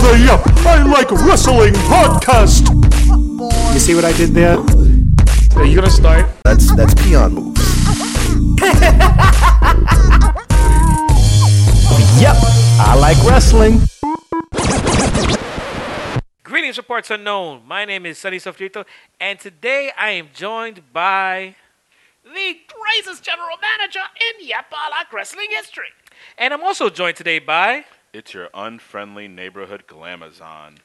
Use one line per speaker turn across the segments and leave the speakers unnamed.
Hey, up! I like wrestling podcast! You see what I did there?
Are you gonna start?
That's that's peon move.
Yep, I like wrestling.
Greetings, reports unknown. My name is Sunny Sofrito, and today I am joined by the greatest general manager in Yapalak wrestling history. And I'm also joined today by
It's your unfriendly neighborhood glamazon.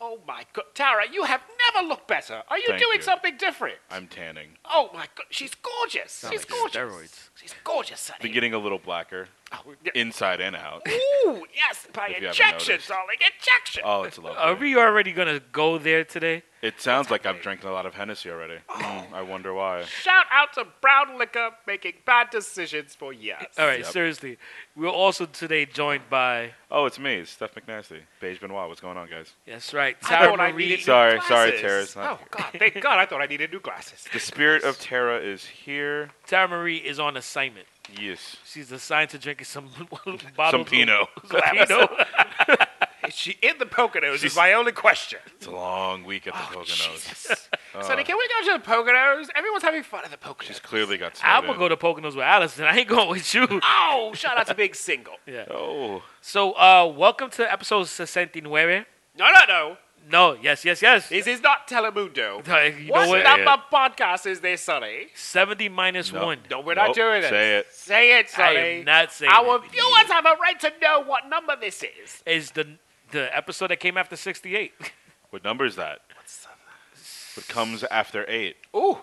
Oh my god, Tara, you have never looked better. Are you
Thank
doing
you.
something different?
I'm tanning.
Oh my god, she's gorgeous. she's gorgeous.
steroids.
She's gorgeous,
Been
Sonny.
getting a little blacker,
Oh, yeah.
inside and out.
Ooh, yes, by
If you haven't
injection,
noticed.
darling, injection.
Oh, it's lovely.
Are we already gonna go there today?
It sounds like I'm drinking a lot of Hennessy already.
Oh.
Mm, I wonder why.
Shout out to brown liquor making bad decisions for years.
All right,
Yep.
seriously. We're also today joined by
Oh, it's me, it's Steph McNasty, Paige Benoit. What's going on, guys?
that's right,
I
Tara
thought I
Marie.
needed
Sorry,
new
sorry,
glasses.
Tara's not
Oh god, thank god, I thought I needed new glasses.
The spirit of Terra is here.
Tara Marie is on assignment.
Yes.
She's assigned to drinking some bottle
Some Pinot.
Is she in the Poconos
She's-
is my only question.
It's a long week at the
Oh,
Poconos. Uh.
Jesus. Sonny, can we go to the Poconos? Everyone's having fun at the Poconos.
She's clearly got snowed
I'm gonna
in.
go to Poconos with Allison. I ain't going with you.
Oh, shout out to Big Single.
Oh,
So, uh, welcome to episode 69.
No, no, no.
No, yes, yes, yes.
This is not Telemundo.
Uh, you
what
know what?
number podcast is this, Sonny?
70 minus
No.
1.
No, we're
Nope,
not doing it.
say it.
Say it,
I
Sonny.
am not saying
Our
it.
viewers have a right to know what number this is.
Is the the episode that came after 68.
what number is that? What comes after eight?
Ooh,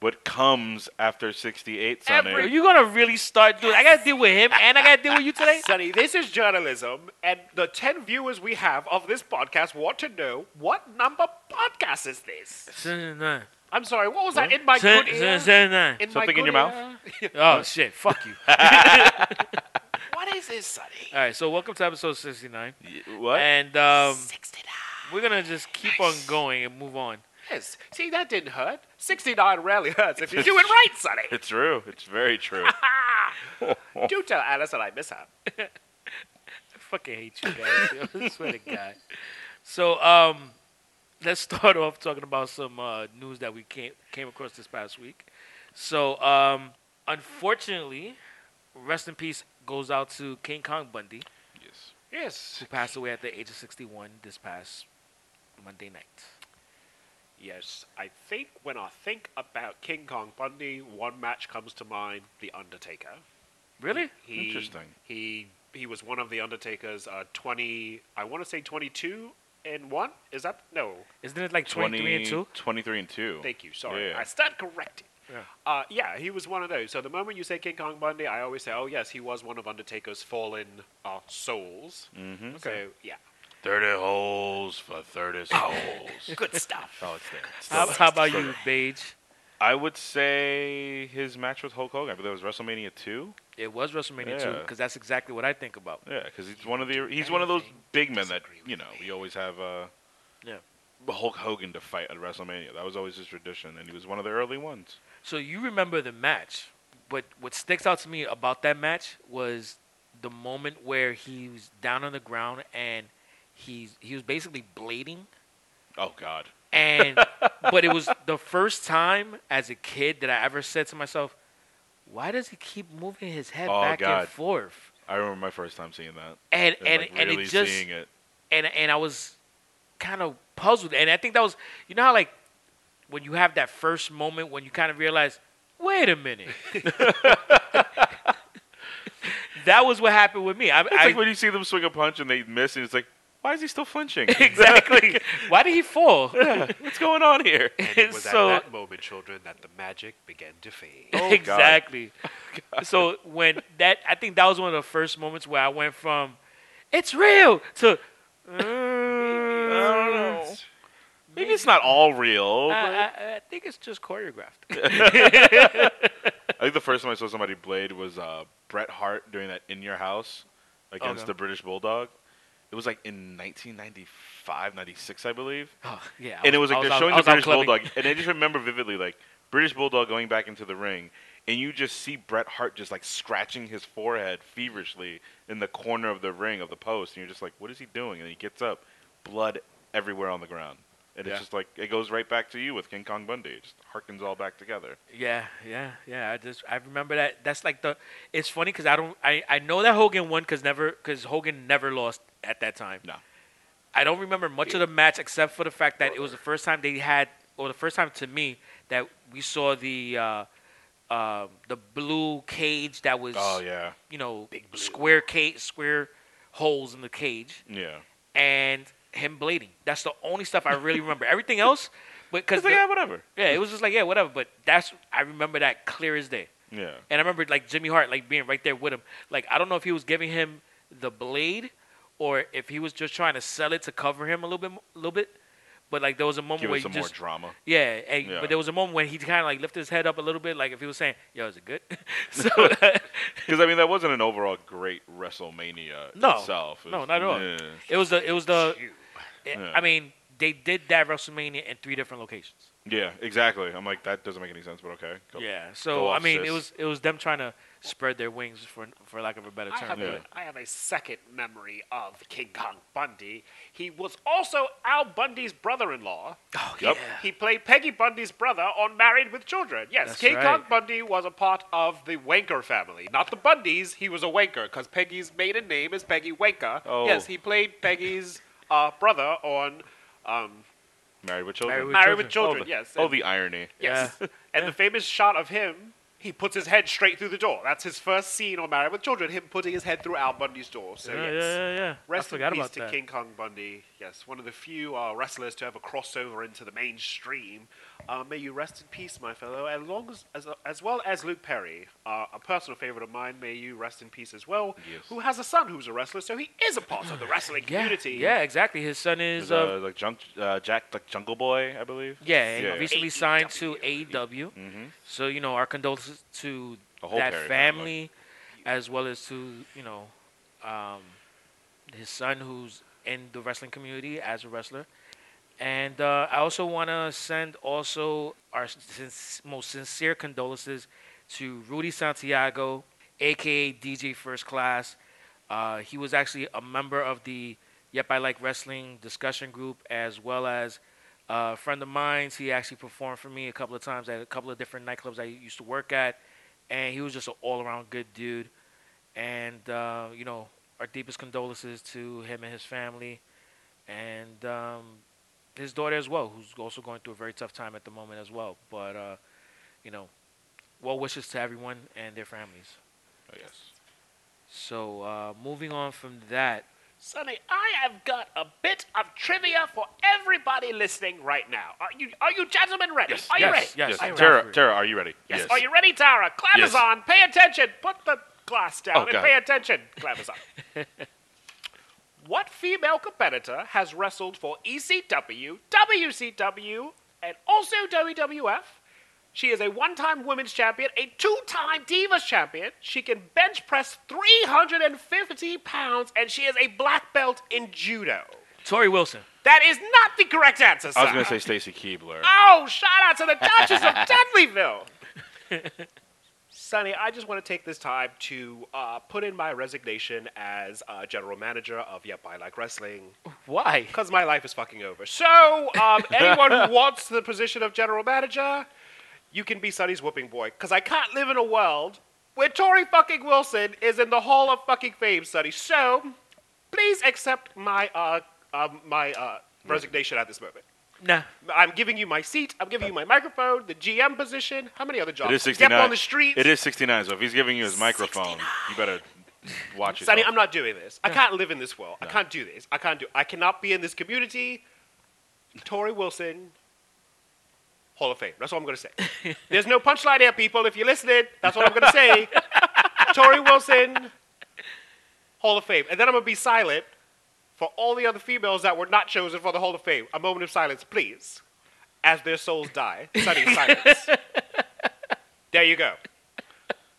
What comes after 68, Sunday?
Are you going to really start doing I got to deal with him and I got to deal with you today?
Sonny, this is journalism, and the 10 viewers we have of this podcast want to know what number podcast is this.
79.
I'm sorry, what was that in my good ear?
79.
In
Something in
good
your mouth?
ear?
Oh, shit. Fuck you. All
what is this, Sonny?
right, so welcome to episode 69.
Y- What?
And um,
69.
we're going to just keep on going and move on.
Yes. See, that didn't hurt. 69 rarely hurts if you do it right, Sonny.
It's true. It's very true.
Do tell Alice that I miss her.
I fucking hate you guys. I swear to God. So, um, let's start off talking about some uh, news that we came came across this past week. So, um, unfortunately, rest in peace goes out to King Kong Bundy,
yes.
Yes.
who passed away at the age of 61 this past Monday night.
Yes, I think when I think about King Kong Bundy, one match comes to mind: The Undertaker.
Really?
He,
Interesting.
He he was one of the Undertaker's uh, twenty. I want to say twenty-two and one. Is that no?
Isn't it like 23 and 2?
23 and 2.
Thank you. Sorry,
Yeah.
I stand corrected.
Yeah.
Uh, yeah, he was one of those. So the moment you say King Kong Bundy, I always say, oh yes, he was one of Undertaker's fallen uh, souls.
Mhm.
So yeah,
30 holes for 30 souls.
good stuff.
oh, it's there. It's
How,
there.
how about you, Paige?
I would say his match with Hulk Hogan. I believe it was WrestleMania 2.
It was WrestleMania 2
Yeah.
because that's exactly what I think about.
Yeah, because he's one of the he's one of those big men that you know we always have. Uh,
Yeah.
Hulk Hogan to fight at WrestleMania. That was always his tradition, and he was one of the early ones.
So you remember the match, but what sticks out to me about that match was the moment where he was down on the ground and he's he was basically bleeding,
Oh God.
and but it was the first time as a kid that I ever said to myself, "Why does he keep moving his head
Oh,
back
God.
and forth?"
I remember my first time seeing that.
And and
like,
and
really
it just
seeing it.
and and I was kind of puzzled, and I think that was you know how like when you have that first moment when you kind of realize, wait a minute. that was what happened with me. I,
It's
I-
like when you see them swing a punch and they miss, and it's like, why is he still flinching?
exactly. Why did he fall?
What's going on here?
And it was
So-
at that moment, children, that the magic began to fade.
Oh, God. Oh,
exactly. So when that, I think that was one of the first moments where I went from, it's real to. "Mm,
I don't know. Uh, Maybe it's not all real.
I,
but-
I, I think it's just choreographed.
I think the first time I saw somebody blade was uh, Bret Hart doing that in your house against
Okay.
the British Bulldog. It was like in 1995, 96, I believe.
Oh, yeah, I
and it was like
I
they're
out-
showing
I
the
was out
British
clubbing.
Bulldog, and I just remember vividly like British Bulldog going back into the ring, and you just see Bret Hart just like scratching his forehead feverishly in the corner of the ring of the post, and you're just like, what is he doing? And he gets up, blood everywhere on the ground. And
Yeah.
it's just like it goes right back to you with King Kong Bundy. It just harkens all back together.
Yeah, yeah, yeah. I just I remember that. That's like the. It's funny because I don't. I, I know that Hogan won because never because Hogan never lost at that time.
No.
I don't remember much of the match except for the fact that it was the first time they had, or the first time to me that we saw the uh, uh, the blue cage that was,
Oh yeah,
you know, square cage, square holes in the cage,
yeah.
and him blading. That's the only stuff I really remember. Everything else, but because
It's like yeah, whatever.
yeah, it was just like yeah, whatever. But that's I remember that clear as day.
Yeah,
And I remember like Jimmy Hart like being right there with him. Like I don't know if he was giving him the blade or if he was just trying to sell it to cover him a little bit, a little bit. But like there was a moment
give
where
us
he
some
just
more drama.
yeah, and,
Yeah.
But there was a moment when he kind of like lifted his head up a little bit, like if he was saying, "Yo, is it good?" so
Because I mean, that wasn't an overall great WrestleMania
No.
itself. It
No,
was-
not at all.
yeah.
it was the it was the. it-
Yeah.
I mean, they did that WrestleMania in three different locations.
Yeah, exactly. I'm like that doesn't make any sense, but okay. Go-
Yeah,
go
so I
off,
mean,
sis.
it was it was them trying to spread their wings for for lack of a better
I
term.
have,
Yeah.
a, I have a second memory of King Kong Bundy. He was also Al Bundy's brother in law.
Oh,
Yep.
He played Peggy Bundy's brother on Married with Children. Yes,
That's
King
right.
Kong Bundy was a part of the Wanker family. Not the Bundys, he was a Wanker, because Peggy's maiden name is Peggy Wanker.
Oh.
Yes, he played Peggy's uh, brother on um,
Married with children.
Married with
Married with
Oh,
Children.
the,
yes.
Oh,
and-
the irony.
Yes. And the famous shot of him, he puts his head straight through the door. That's his first scene on Married with Children, him putting his head through Al Bundy's door. So,
yeah,
yes.
yeah, yeah, yeah.
Rest
I forgot
in peace
about
to
that.
King Kong Bundy. Yes, one of the few uh, wrestlers to ever cross over into the mainstream. Uh, may you rest in peace, my fellow, as long as as, as well as Luke Perry, uh, a personal favorite of mine. May you rest in peace as well,
Yes.
who has a son who's a wrestler, so he is a part of the wrestling
Yeah,
community.
yeah, exactly. His son
It was,
is
uh,
uh,
like junk, uh, Jack, like Jungle Boy, I believe.
yeah,
yeah. Mm-hmm.
recently
AEW.
signed to AEW. So you know, our condolences to
The whole
that
Perry
family, as well as to you know, um, his son who's in the wrestling community as a wrestler. And uh, I also want to send also our sin- most sincere condolences to Rudy Santiago, aka DJ First Class. Uh, he was actually a member of the Yep I Like Wrestling discussion group, as well as uh, a friend of mine. He actually performed for me a couple of times at a couple of different nightclubs I used to work at, and he was just an all-around good dude. And uh, you know, our deepest condolences to him and his family, and um, his daughter as well, who's also going through a very tough time at the moment as well. But uh, you know, well wishes to everyone and their families.
I guess.
So uh, moving on from that,
Sonny, I have got a bit of trivia for everybody listening right now. Are you are you gentlemen ready? Are you
Yes,
ready?
yes. I-
Tara, Tara, are you ready?
Yes. Are you ready, Tara? Clamazon, pay attention. Put the glass down
Oh,
and
God.
pay attention, Clamazon. what female competitor has wrestled for E ECW, WCW, and also WWF? She is a one time women's champion, a two time Divas champion. She can bench press 350 pounds, and she is a black belt in judo.
Tori Wilson.
That is not the correct answer, sir.
I was gonna say Stacy Keebler.
Oh, shout out to the Duchess of Dudleyville. Sonny, I just want to take this time to uh, put in my resignation as uh, general manager of Yep, I Like Wrestling
Why?
because my life is fucking over. So, um, anyone who wants the position of general manager, you can be Sonny's whooping boy because I can't live in a world where Tori fucking Wilson is in the Hall of fucking Fame, Sonny. So, please accept my, uh, um, my uh, resignation at this moment.
Nah.
I'm giving you my seat. I'm giving you my microphone, the GM position. How many other jobs?
It is
Step
69.
on the street.
It is 69. So if he's giving you his microphone, you better watch it.
Sonny, I'm not doing this. I can't live in this world. I can't do this. I can't do. I cannot be in this community. Tori Wilson, Hall of Fame. That's all I'm going to say. There's no punchline here, people. If you're listening, that's what I'm going to say. Tori Wilson, Hall of Fame. And then I'm going to be silent for all the other females that were not chosen for the Hall of Fame. A moment of silence, please, as their souls die. Sonny, silence. there you go.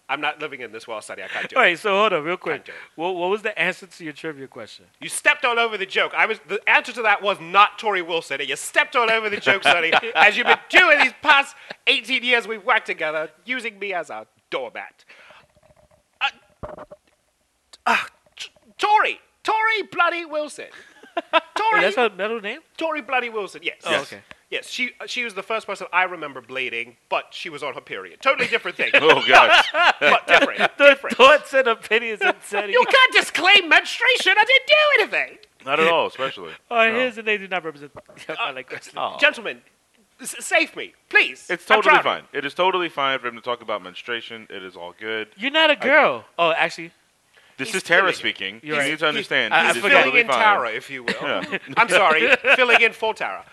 I'm not living in this world, Sonny. I can't do it.
All right, so hold on, real quick.
Goddamn.
What, what was the answer to your trivia question?
You stepped all over the joke. I was the answer to that was not Tori Wilson, and you stepped all over the joke, Sonny, as you've been doing these past 18 years we've worked together, using me as a doormat. Uh, uh, T- Tori, Tori bloody Wilson Tori,
Wait, that's her middle name?
Tori bloody Wilson. Yes.
Oh,
yes.
okay.
Yes, she uh, she was the first person I remember blading, but she was on her period. Totally different thing,
Oh gosh.
but different.
The
different.
thoughts and opinions of Teddy
You can't disclaim menstruation. I didn't do anything.
Not at all, especially.
are his and they do not represent. Oh. I like wrestling.
Gentlemen, s- save me, please.
It's
I'm
totally
drowning.
fine. It is totally fine for him to talk about menstruation. It is all good.
You're not a girl. oh, actually,
This
He's
is Tara
feeling it.
speaking. You
You're right.
need to understand.
I- I
it is
forgot.
filling
totally
in
fine.
Tara, if you will.
Yeah.
I'm sorry, filling in for Tara.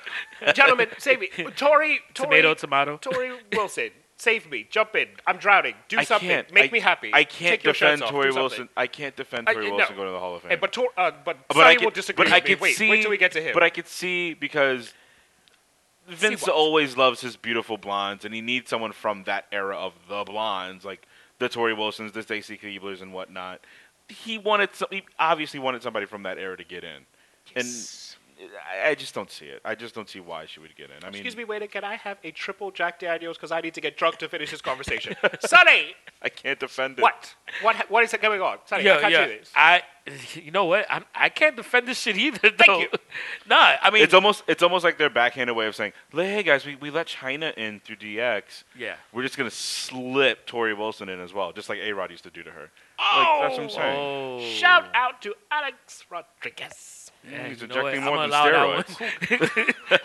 Gentlemen, save me. Tori, Tori,
tomato, tomato.
Tori Wilson, save me. Jump in. I'm drowning. Do
I
something.
can't-
Make
I-
me happy.
I can't
Take your
defend
shirts off.
Tory
Do something.
Wilson. I can't defend
I-
Tory
no.
Wilson going to the Hall of Fame.
Hey, but Tor, uh, but,
But
Sonny
I can,
will disagree
But
with
I
me.
can
Wait,
see.
wait till we get to him.
But I could see because Vince
what?
always loves his beautiful blondes, and he needs someone from that era of the blondes, like the Tory Wilsons, the Stacey Keeblers, and whatnot. He wanted. Some, he obviously wanted somebody from that era to get in, and I, I just don't see it. I just don't see why she would get in. I mean,
Excuse me, waiter. Can I have a triple Jack Daniels? Because I need to get drunk to finish this conversation. Sonny,
I can't defend it.
what? What? ha- What is going on? Sonny, I can't do this.
I, you know what? I'm, I can't defend this shit either. Though.
you.
Nah, I mean, oh,
It's almost it's almost like their backhanded way of saying, "Hey guys, we, we let China in through DX.
Yeah.
we're just gonna slip Tori Wilson in as well, just like A Rod used to do to her.
Oh,
Like, that's what I'm saying.
oh,
shout out to Alex Rodriguez.
yeah,
He's
you know what? I'm
injecting more than
gonna allow that
steroids.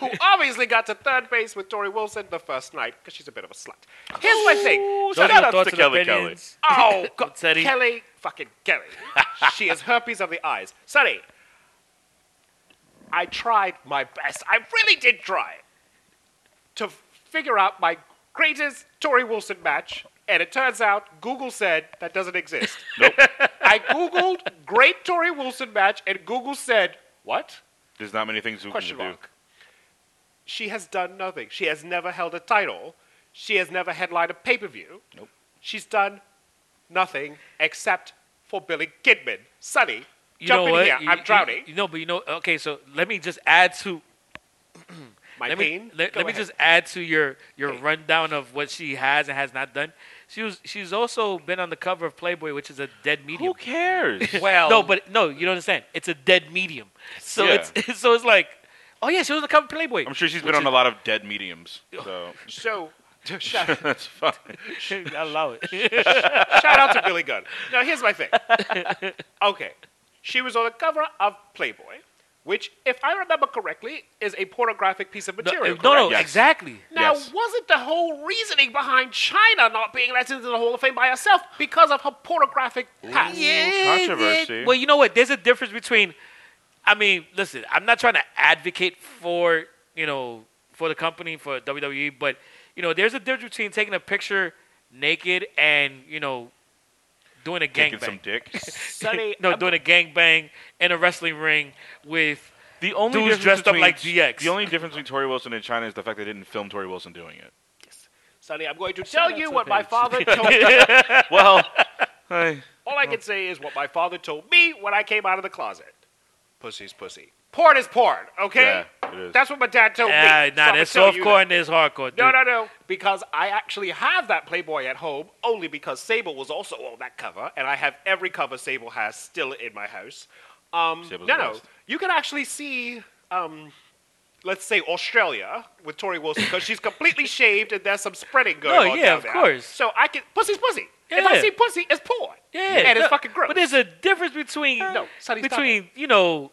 one.
who obviously got to third base with Tori Wilson the first night because she's a bit of a slut. Here's my thing.
Those are
Shout
your
out
thoughts
to
and
Kelly
opinions.
Oh, God.
Teddy.
Kelly, fucking Kelly. she is herpes of the eyes. Sonny, I tried my best. I really did try to figure out my greatest Tori Wilson match, and it turns out Google said that doesn't exist.
Nope,
I Googled great Tori Wilson match, and Google said, what?
there's not many things we can
Mm-hmm.
Question
do.
mark. She has done nothing. She has never held a title. She has never headlined a pay per view. Nope. She's done nothing except for Billy Kidman. Sonny,
You
jump
know
in
what?
here.
You-
I'm
you-
drowning.
You know, but you know. Okay, so let me just add to
My
let
pain.
me let,
Go
let me
ahead.
just add to your your
Pain.
rundown of what she has and has not done. She was she's also been on the cover of Playboy, which is a dead medium.
Who cares?
Well,
no, but no, you don't understand. It's a dead medium. So
Yeah.
it's so it's like, oh yeah, she was on the cover of Playboy.
I'm sure she's been on a lot of dead mediums, so
so. Shout,
that's fine.
I allow it.
shout out to Billy Gunn. Now, here's my thing. Okay. She was on the cover of Playboy, which, if I remember correctly, is a pornographic piece of
no,
material.
no, no,
Yes.
exactly.
Now,
Yes.
wasn't the whole reasoning behind China not being let into the Hall of Fame by herself because of her pornographic
Mm.
past?
Yeah,
controversy.
yeah. Well, you know what? There's a difference between. I mean, listen. I'm not trying to advocate for you know for the company for WWE, but you know, there's a difference between taking a picture naked and you know doing a
Taking some
gangbang.
dick.
Sonny,
no,
I'm-
doing a gangbang in a wrestling ring with
The only
Dudes
difference
dressed up
between-
like DX.
The only difference between Tori Wilson and China is the fact they didn't film Tori Wilson doing it.
Sonny, I'm going to tell you what my
page.
father told me.
Well, I,
All I can say is what my father told me when I came out of the closet. Pussy's pussy. Porn is porn, okay?
Yeah, it is.
That's what my dad told
ah,
me.
nah,
there's
there's softcore and there's hardcore. Dude.
No, no, no. Because I actually have that Playboy at home only because Sable was also on that cover, and I have every cover Sable has still in my house. Um,
Sable's
no,
the
no.
best.
You can actually see, um, let's say, Australia with Tori Wilson because she's completely shaved and there's some spreading going
No,
on.
yeah,
down
of
there.
course.
So I can. Pussy's pussy. If I
Yeah.
see pussy, it's porn.
Yeah,
And it's
no,
fucking gross.
But there's a difference between
No, Sonny, stop
between you know.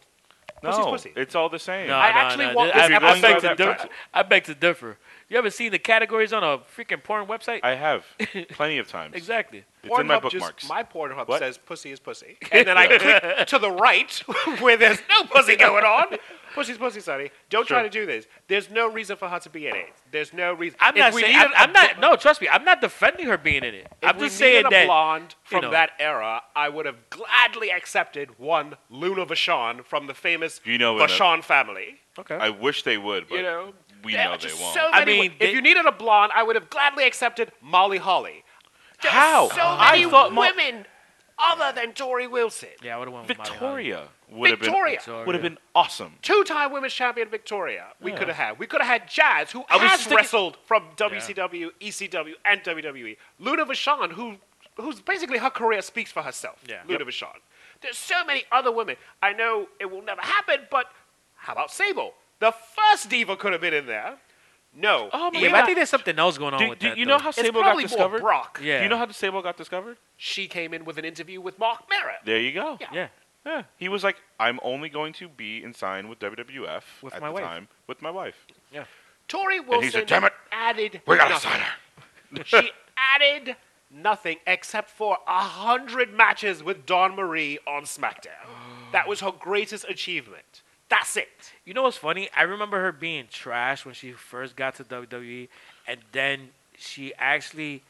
no,
Pussy's pussy.
it's all the same.
No,
I
no,
actually
no,
want
I,
this
I
episode
beg to
that
differ.
time.
I beg to differ. You ever seen the categories on a freaking porn website?
I have plenty of times.
exactly.
It's in my
Pornhub
bookmarks.
Just, my Pornhub
What?
says pussy is pussy. And then I click to the right where there's no pussy going on. Pussy's pussy, Sonny. Don't try to
Sure.
do this. There's no reason for her to be in it. There's no reason.
I'm
If
not
we
saying.
needed
I'm, I'm
a
not.
bl-
No, trust me. I'm not defending her being in it.
if
I'm
we
just saying
needed a
that.
blonde from
know.
that era, I would have gladly accepted one Luna Vachon from the famous
You know what
Vachon family.
Okay.
I wish they would, but
you know,
we
There
know
are
they
just
won't.
So
I
many
mean,
wa-
they-
if you needed a blonde, I would have gladly accepted Molly Holly. There
How?
Are so many
I thought Mo-
women other than Tori Wilson.
yeah, I would have went with Molly Holly.
Victoria would have been
Victoria.
would have been awesome.
two-time women's champion Victoria. We could have had. We could have had Jazz, who
was
has
just thinking-
wrestled from WCW, ECW, E and E. WWE. Luna Vachon, who who's basically her career speaks for herself.
Yeah.
Luna Vachon. There's so many other women. I know it will never happen, but how about Sable? The first diva could have been in there. No.
Oh my
Yeah,
If
but I
God.
think there's something else going on
Do,
with
do
that.
you know
though.
how
It's
Sable got
probably
discovered?
more Brock.
Yeah.
Do you know how Sable got discovered?
She came in with an interview with Mark Merritt.
There you go.
Yeah.
Yeah.
Yeah. He was like, I'm only going to be and sign with WWF
With
at
my
the
wife.
time with my wife.
Tori
And
Wilson
he said, "Damn it,
added
We gotta
nothing.
sign her.
she added nothing except for a hundred matches with Dawn Marie on SmackDown. that was her greatest achievement. That's it.
You know what's funny? I remember her being trash when she first got to WWE, and then she actually,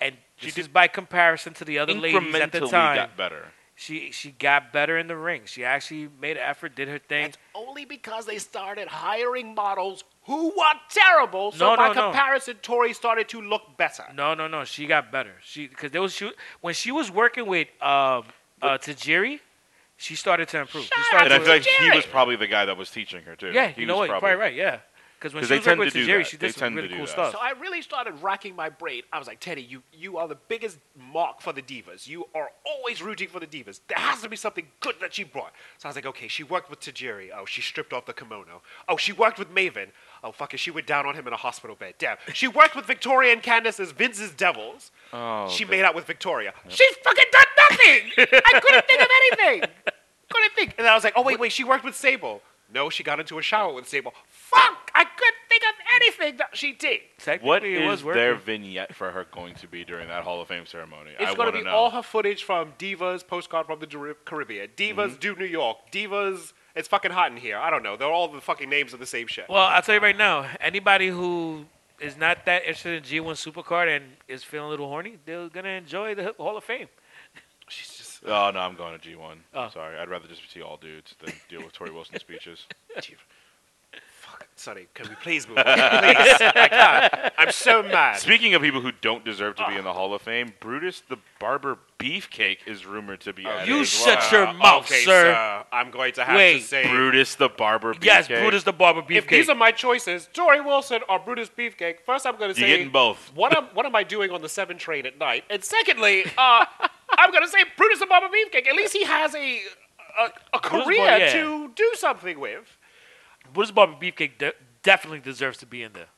and
She
this
did-
is by comparison to the other ladies at the
Incrementally
time,
got better.
she she got better in the ring. She actually made an effort, did her thing.
It's only because they started hiring models who were terrible. So
No,
by
no, no.
comparison, Tori started to look better.
No, no, no. She got better. She because there was she when she was working with um uh Tajiri, she started to improve. She
Shut
started
And I
to-
feel like he
Jerry.
was probably the guy that was teaching her too.
yeah,
he
you know what?
was
You're
probably
Probably right. Yeah, because when she
'Cause they
was working
tend
with
to do
Tajiri,
that.
she
They
did some
tend to
really
do
cool
that.
stuff.
So I really started racking my brain. I was like, Teddy, you, you are the biggest mark for the divas. You are always rooting for the divas. There has to be something good that she brought. So I was like, okay, she worked with Tajiri. Oh, she stripped off the kimono. Oh, she worked with Maven. Oh, fuck it, she went down on him in a hospital bed. Damn. She worked with Victoria and Candace as Vince's devils.
Oh,
she
the-
made out with Victoria. She's fucking done nothing! I couldn't think of anything! Couldn't think. And then I was like, oh, wait, wait, she worked with Sable. No, she got into a shower with Sable. Fuck! I couldn't think of anything that she did.
Technically,
What
it was
is
working.
their vignette for her going to be during that Hall of Fame ceremony?
It's
I
going
want
to be
know.
all her footage from Divas, Postcard from the Dur- Caribbean, Divas
Mm-hmm.
Do New York, Divas. It's fucking hot in here. I don't know. They're all the fucking names of the same shit.
Well, I'll tell you right now, anybody who is not that interested in G1 Supercard and is feeling a little horny, they're going to enjoy the Hall of Fame.
She's just
Oh no, I'm going to G1.
Oh.
Sorry, I'd rather just see all dudes than deal with Tori Wilson speeches.
Div- fuck. Sonny, can we please move? on? please, I can't. I'm so mad.
Speaking of people who don't deserve to be
Ah.
in the Hall of Fame, Brutus the Barber Beefcake is rumored to be. added
Oh, you
as
shut
well.
your
Uh,
mouth,
okay,
sir.
I'm going to have
Wait.
to say.
Brutus the Barber Beefcake.
Yes, Brutus the Barber Beefcake.
if these are my choices, Tori Wilson or Brutus Beefcake, first I'm going to
You're
say
getting both.
What am What am I doing on the seven train at night? And secondly, uh, I'm going to say Brutus and Mama Beefcake. At least he has a a, a
Brutus
career
boy, yeah.
to do something with.
Brutus the Barber Beefcake de- definitely deserves to be in there.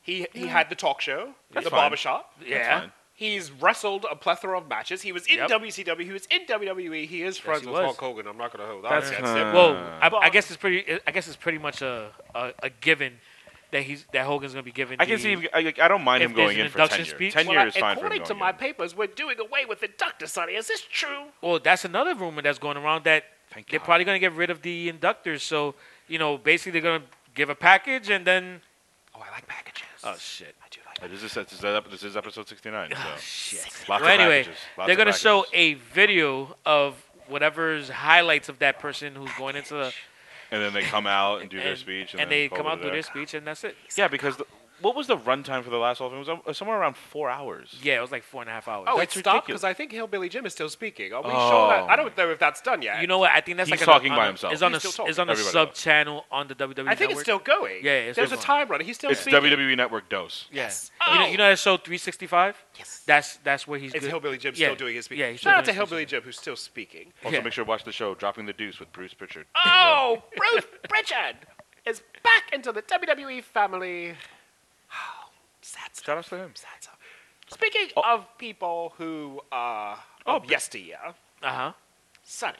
He he had the talk show,
That's
the
fine.
barbershop.
Yeah.
fine.
He's wrestled a plethora of matches. He was in
Yep.
WCW. He was in WWE. He is friends
he
with
was.
Hulk Hogan. I'm not going to hold that
That's,
against him.
well,
Uh,
I, I
But-
guess it's pretty. I guess it's pretty much a, a, a given that he's that Hogan's gonna be given.
I can
the-
see. him- I, I don't mind
If
him
there's
going
an
in for
induction
tenure.
speech-
Tenure
Well,
is fine for him
according to
going
my
in.
papers, we're doing away with the Doctor Sonny. Is this true?
Well, that's another rumor that's going around that
Thank
they're
God.
probably gonna get rid of the inductors. So you know, basically they're gonna give a package and then
Oh, I like packages.
oh shit.
I do like
Uh, This is, this is ep- this is episode 69. So.
Shit.
Lots
well,
of
anyway,
packages, lots
they're
of
gonna show
packages.
a video of whatever's highlights of that person who's going into the
And then they come out and do their
and-
speech. And,
and,
then
they
call
come
it
out
a
do
day.
their speech, and that's it.
Yeah, because the, what was the runtime for the last Hall of Fame? It was uh, somewhere around four hours.
Yeah, it was like four and a half hours.
Oh, it
That's
stopped
ridiculous.
because I think Hillbilly Jim is still speaking. Are we
Oh.
sure that? I don't know if that's done yet.
you know what? I think that's
He's
like
talking
on a,
by
on a-
himself.
It's on
He's
a
still
it's on a
talking.
sub channel on the WWE.
I think
network.
it's still going.
Yeah, it's
there's a
still going.
time run. He's still
It's
speaking.
WWE Network dose.
Yeah.
Yes.
You, know,
Oh.
you know that show 365?
Yes.
That's that's where he's.
It's
good.
Hillbilly Jim
Yeah.
still doing his speech.
Yeah, he's still
Shout out to
doing his
Hillbilly Jim who's still speaking.
Also,
Yeah.
make sure to watch the show Dropping the Deuce with Bruce Pritchard.
Uh,
Oh, Bruce Pritchard is back into the WWE family. Oh, sad stuff.
Shout out to him.
Sad stuff. Speaking of people who are of yesteryear,
Uh huh.
Sonny.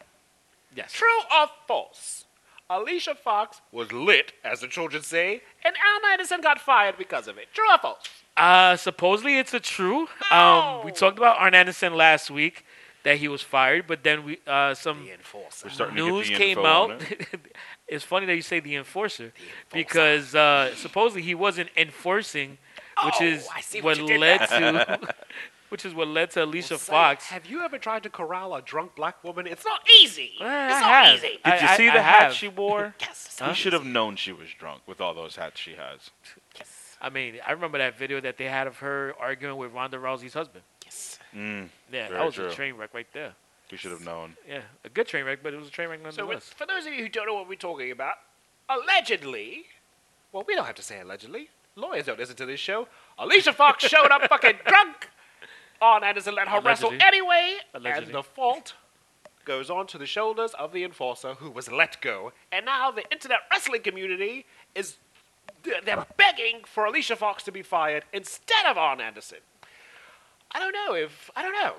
Yes.
True or false? Alicia Fox was lit, as the children say, and Al Anderson got fired because of it. True or false?
Uh, supposedly it's a true. Um, we
No.
talked about Arn Anderson last week that he was fired, but then we uh some
The enforcer.
We're starting to get
news
the
came
info on
out.
it.
it's funny that you say the enforcer, because uh, supposedly he wasn't enforcing, which
Oh,
is
I see what
what,
you did
led to, which is what led to Alicia
Well, Sonny,
Fox.
Have you ever tried to corral a drunk black woman? It's not easy.
Eh,
it's
I
not
have.
easy.
I-
Did you
I-
see
I
the hat
have.
she wore?
Yes, it's
We
not
should
easy.
have known she was drunk with all those hats she has.
Yes,
I mean, I remember that video that they had of her arguing with Ronda Rousey's husband.
yes.
Mm,
Yeah,
Very
that was
true.
a train wreck right there.
we should have known.
Yeah, a good train wreck, but it was a train wreck
So,
nonetheless.
it's- for those of you who don't know what we're talking about, allegedly, well, we don't have to say allegedly. Lawyers don't listen to this show. Alicia Fox showed up fucking drunk. On Anderson let her wrestle
Allegedly.
anyway,
Allegedly.
and the fault goes on to the shoulders of the enforcer who was let go. And now the internet wrestling community is they're begging for Alicia Fox to be fired instead of Arn Anderson. I don't know if I don't know.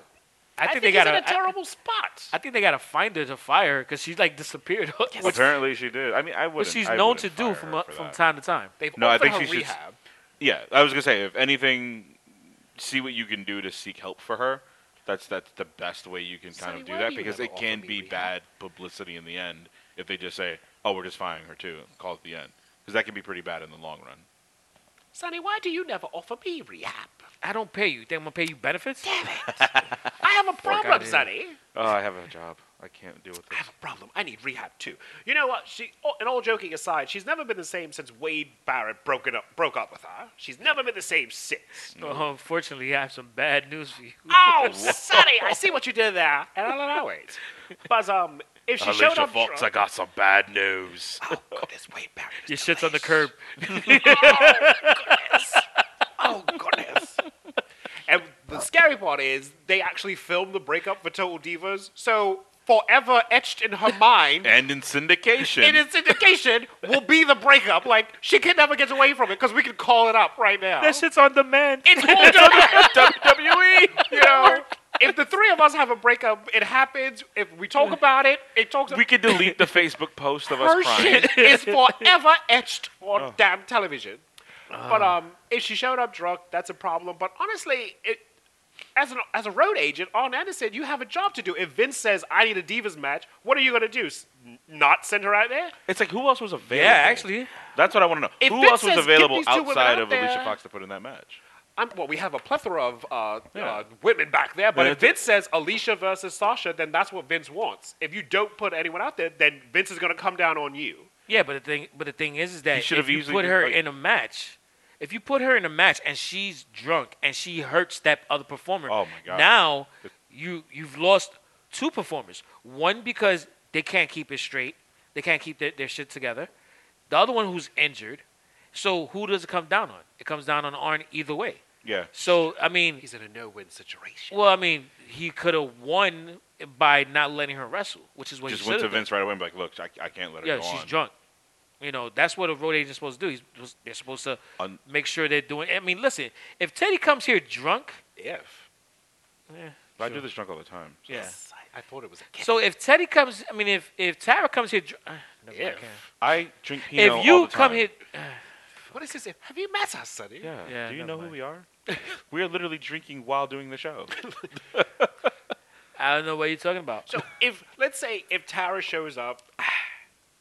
I, think,
they
he's
gotta.
in a terrible spot.
I, I think they gotta find her to fire her because she's like disappeared, which,
Apparently she did. I mean, I
which
wouldn't.
she's
I
known to
wouldn't
do
fire
from
her
uh,
for
from
that.
time to time.
They've
No, I
offered
think
her
she should s-
rehab.
Yeah, I was gonna say if anything, see what you can do to seek help for her. That's that's the best way you can kind
Sonny,
of do
why
that
do you
because
never
it can
offer me
be
rehab?
bad publicity in the end if they just say, "Oh, we're just firing her too," and call it the end because that can be pretty bad in the long run.
Sonny, why do you never offer me rehab?
I don't pay you. You think I'm gonna pay you benefits?
Damn it! I have a problem,
outta here.
Sonny.
Oh, I have a job. I can't deal with
I
this.
have a problem. I need rehab too. You know what? She, oh, and all joking aside, she's never been the same since Wade Barrett broke it up, broke up with her. She's never been the same since.
Oh, unfortunately, I have some bad news for you.
Oh, Sonny, I see what you did there, and I'll allow it. But um, if she showed
Alicia
up,
Fox, I
drunk-
got some bad news.
oh goodness, Wade Barrett. is
Your shit's on the
delicious.
curb.
Oh goodness. and the scary part is they actually filmed the breakup for Total Divas, so forever etched in her mind.
And in syndication,
in its indication will be the breakup. Like she can never get away from it because we can call it up right now.
That shit's on demand.
it's all WWE. You know, if the three of us have a breakup, it happens. If we talk about it, it talks.
we could delete the Facebook post of us
her
crying.
shit is forever etched on damn television. But um, if she showed up drunk, that's a problem. But honestly, it. As, an, as a road agent, Arn Anderson, you have a job to do. If Vince says, I need a Divas match, what are you going to do? S- n- Not send her out there?
It's like who else was available?
Yeah, actually.
that's what I want to know.
If
who
Vince
else was
says, "Get
available
these two women
outside
out
of
there,"
Alicia Fox to put in that match?
I'm, well, we have a plethora of uh,
Yeah.
uh, women back there, but
Yeah,
if
that's-
Vince says Alicia versus Sasha, then that's what Vince wants. If you don't put anyone out there, then Vince is going to come down on you.
Yeah, but the thing, but the thing is, is
He
that
should
if
have
you
easily
put
been
her
like-
in a match, if you put her in a match and she's drunk and she hurts that other performer,
Oh my God.
Now you you've lost two performers. One because they can't keep it straight, they can't keep their, their shit together. The other one who's injured. So who does it come down on? It comes down on Arn either way.
Yeah.
So I mean,
He's in a no-win situation.
well, I mean, he could have won by not letting her wrestle, which is what
just
he should
went to
have done.
Vince right away and be like, "Look, I, I can't let her
Yeah,
go
she's
on."
drunk. You know, that's what a road agent's supposed to do. He's supposed- they're supposed to
Un-
make sure they're doing. I mean, listen, if Teddy comes here drunk,
If
But I do this drunk all the time. so-
yeah.
Yes, I, I thought it was a gift.
So if Teddy comes, I mean, if if Tara comes here, dr- ah, never mind, I
If.
can't.
I drink Pinot all
if you
the
come
time.
here,
What is this? if? Have you met us, Sonny?
yeah.
Yeah,
do you
never
know who
mind.
we are? we are literally drinking while doing the show.
I don't know what you're talking about.
So if let's say if Tara shows up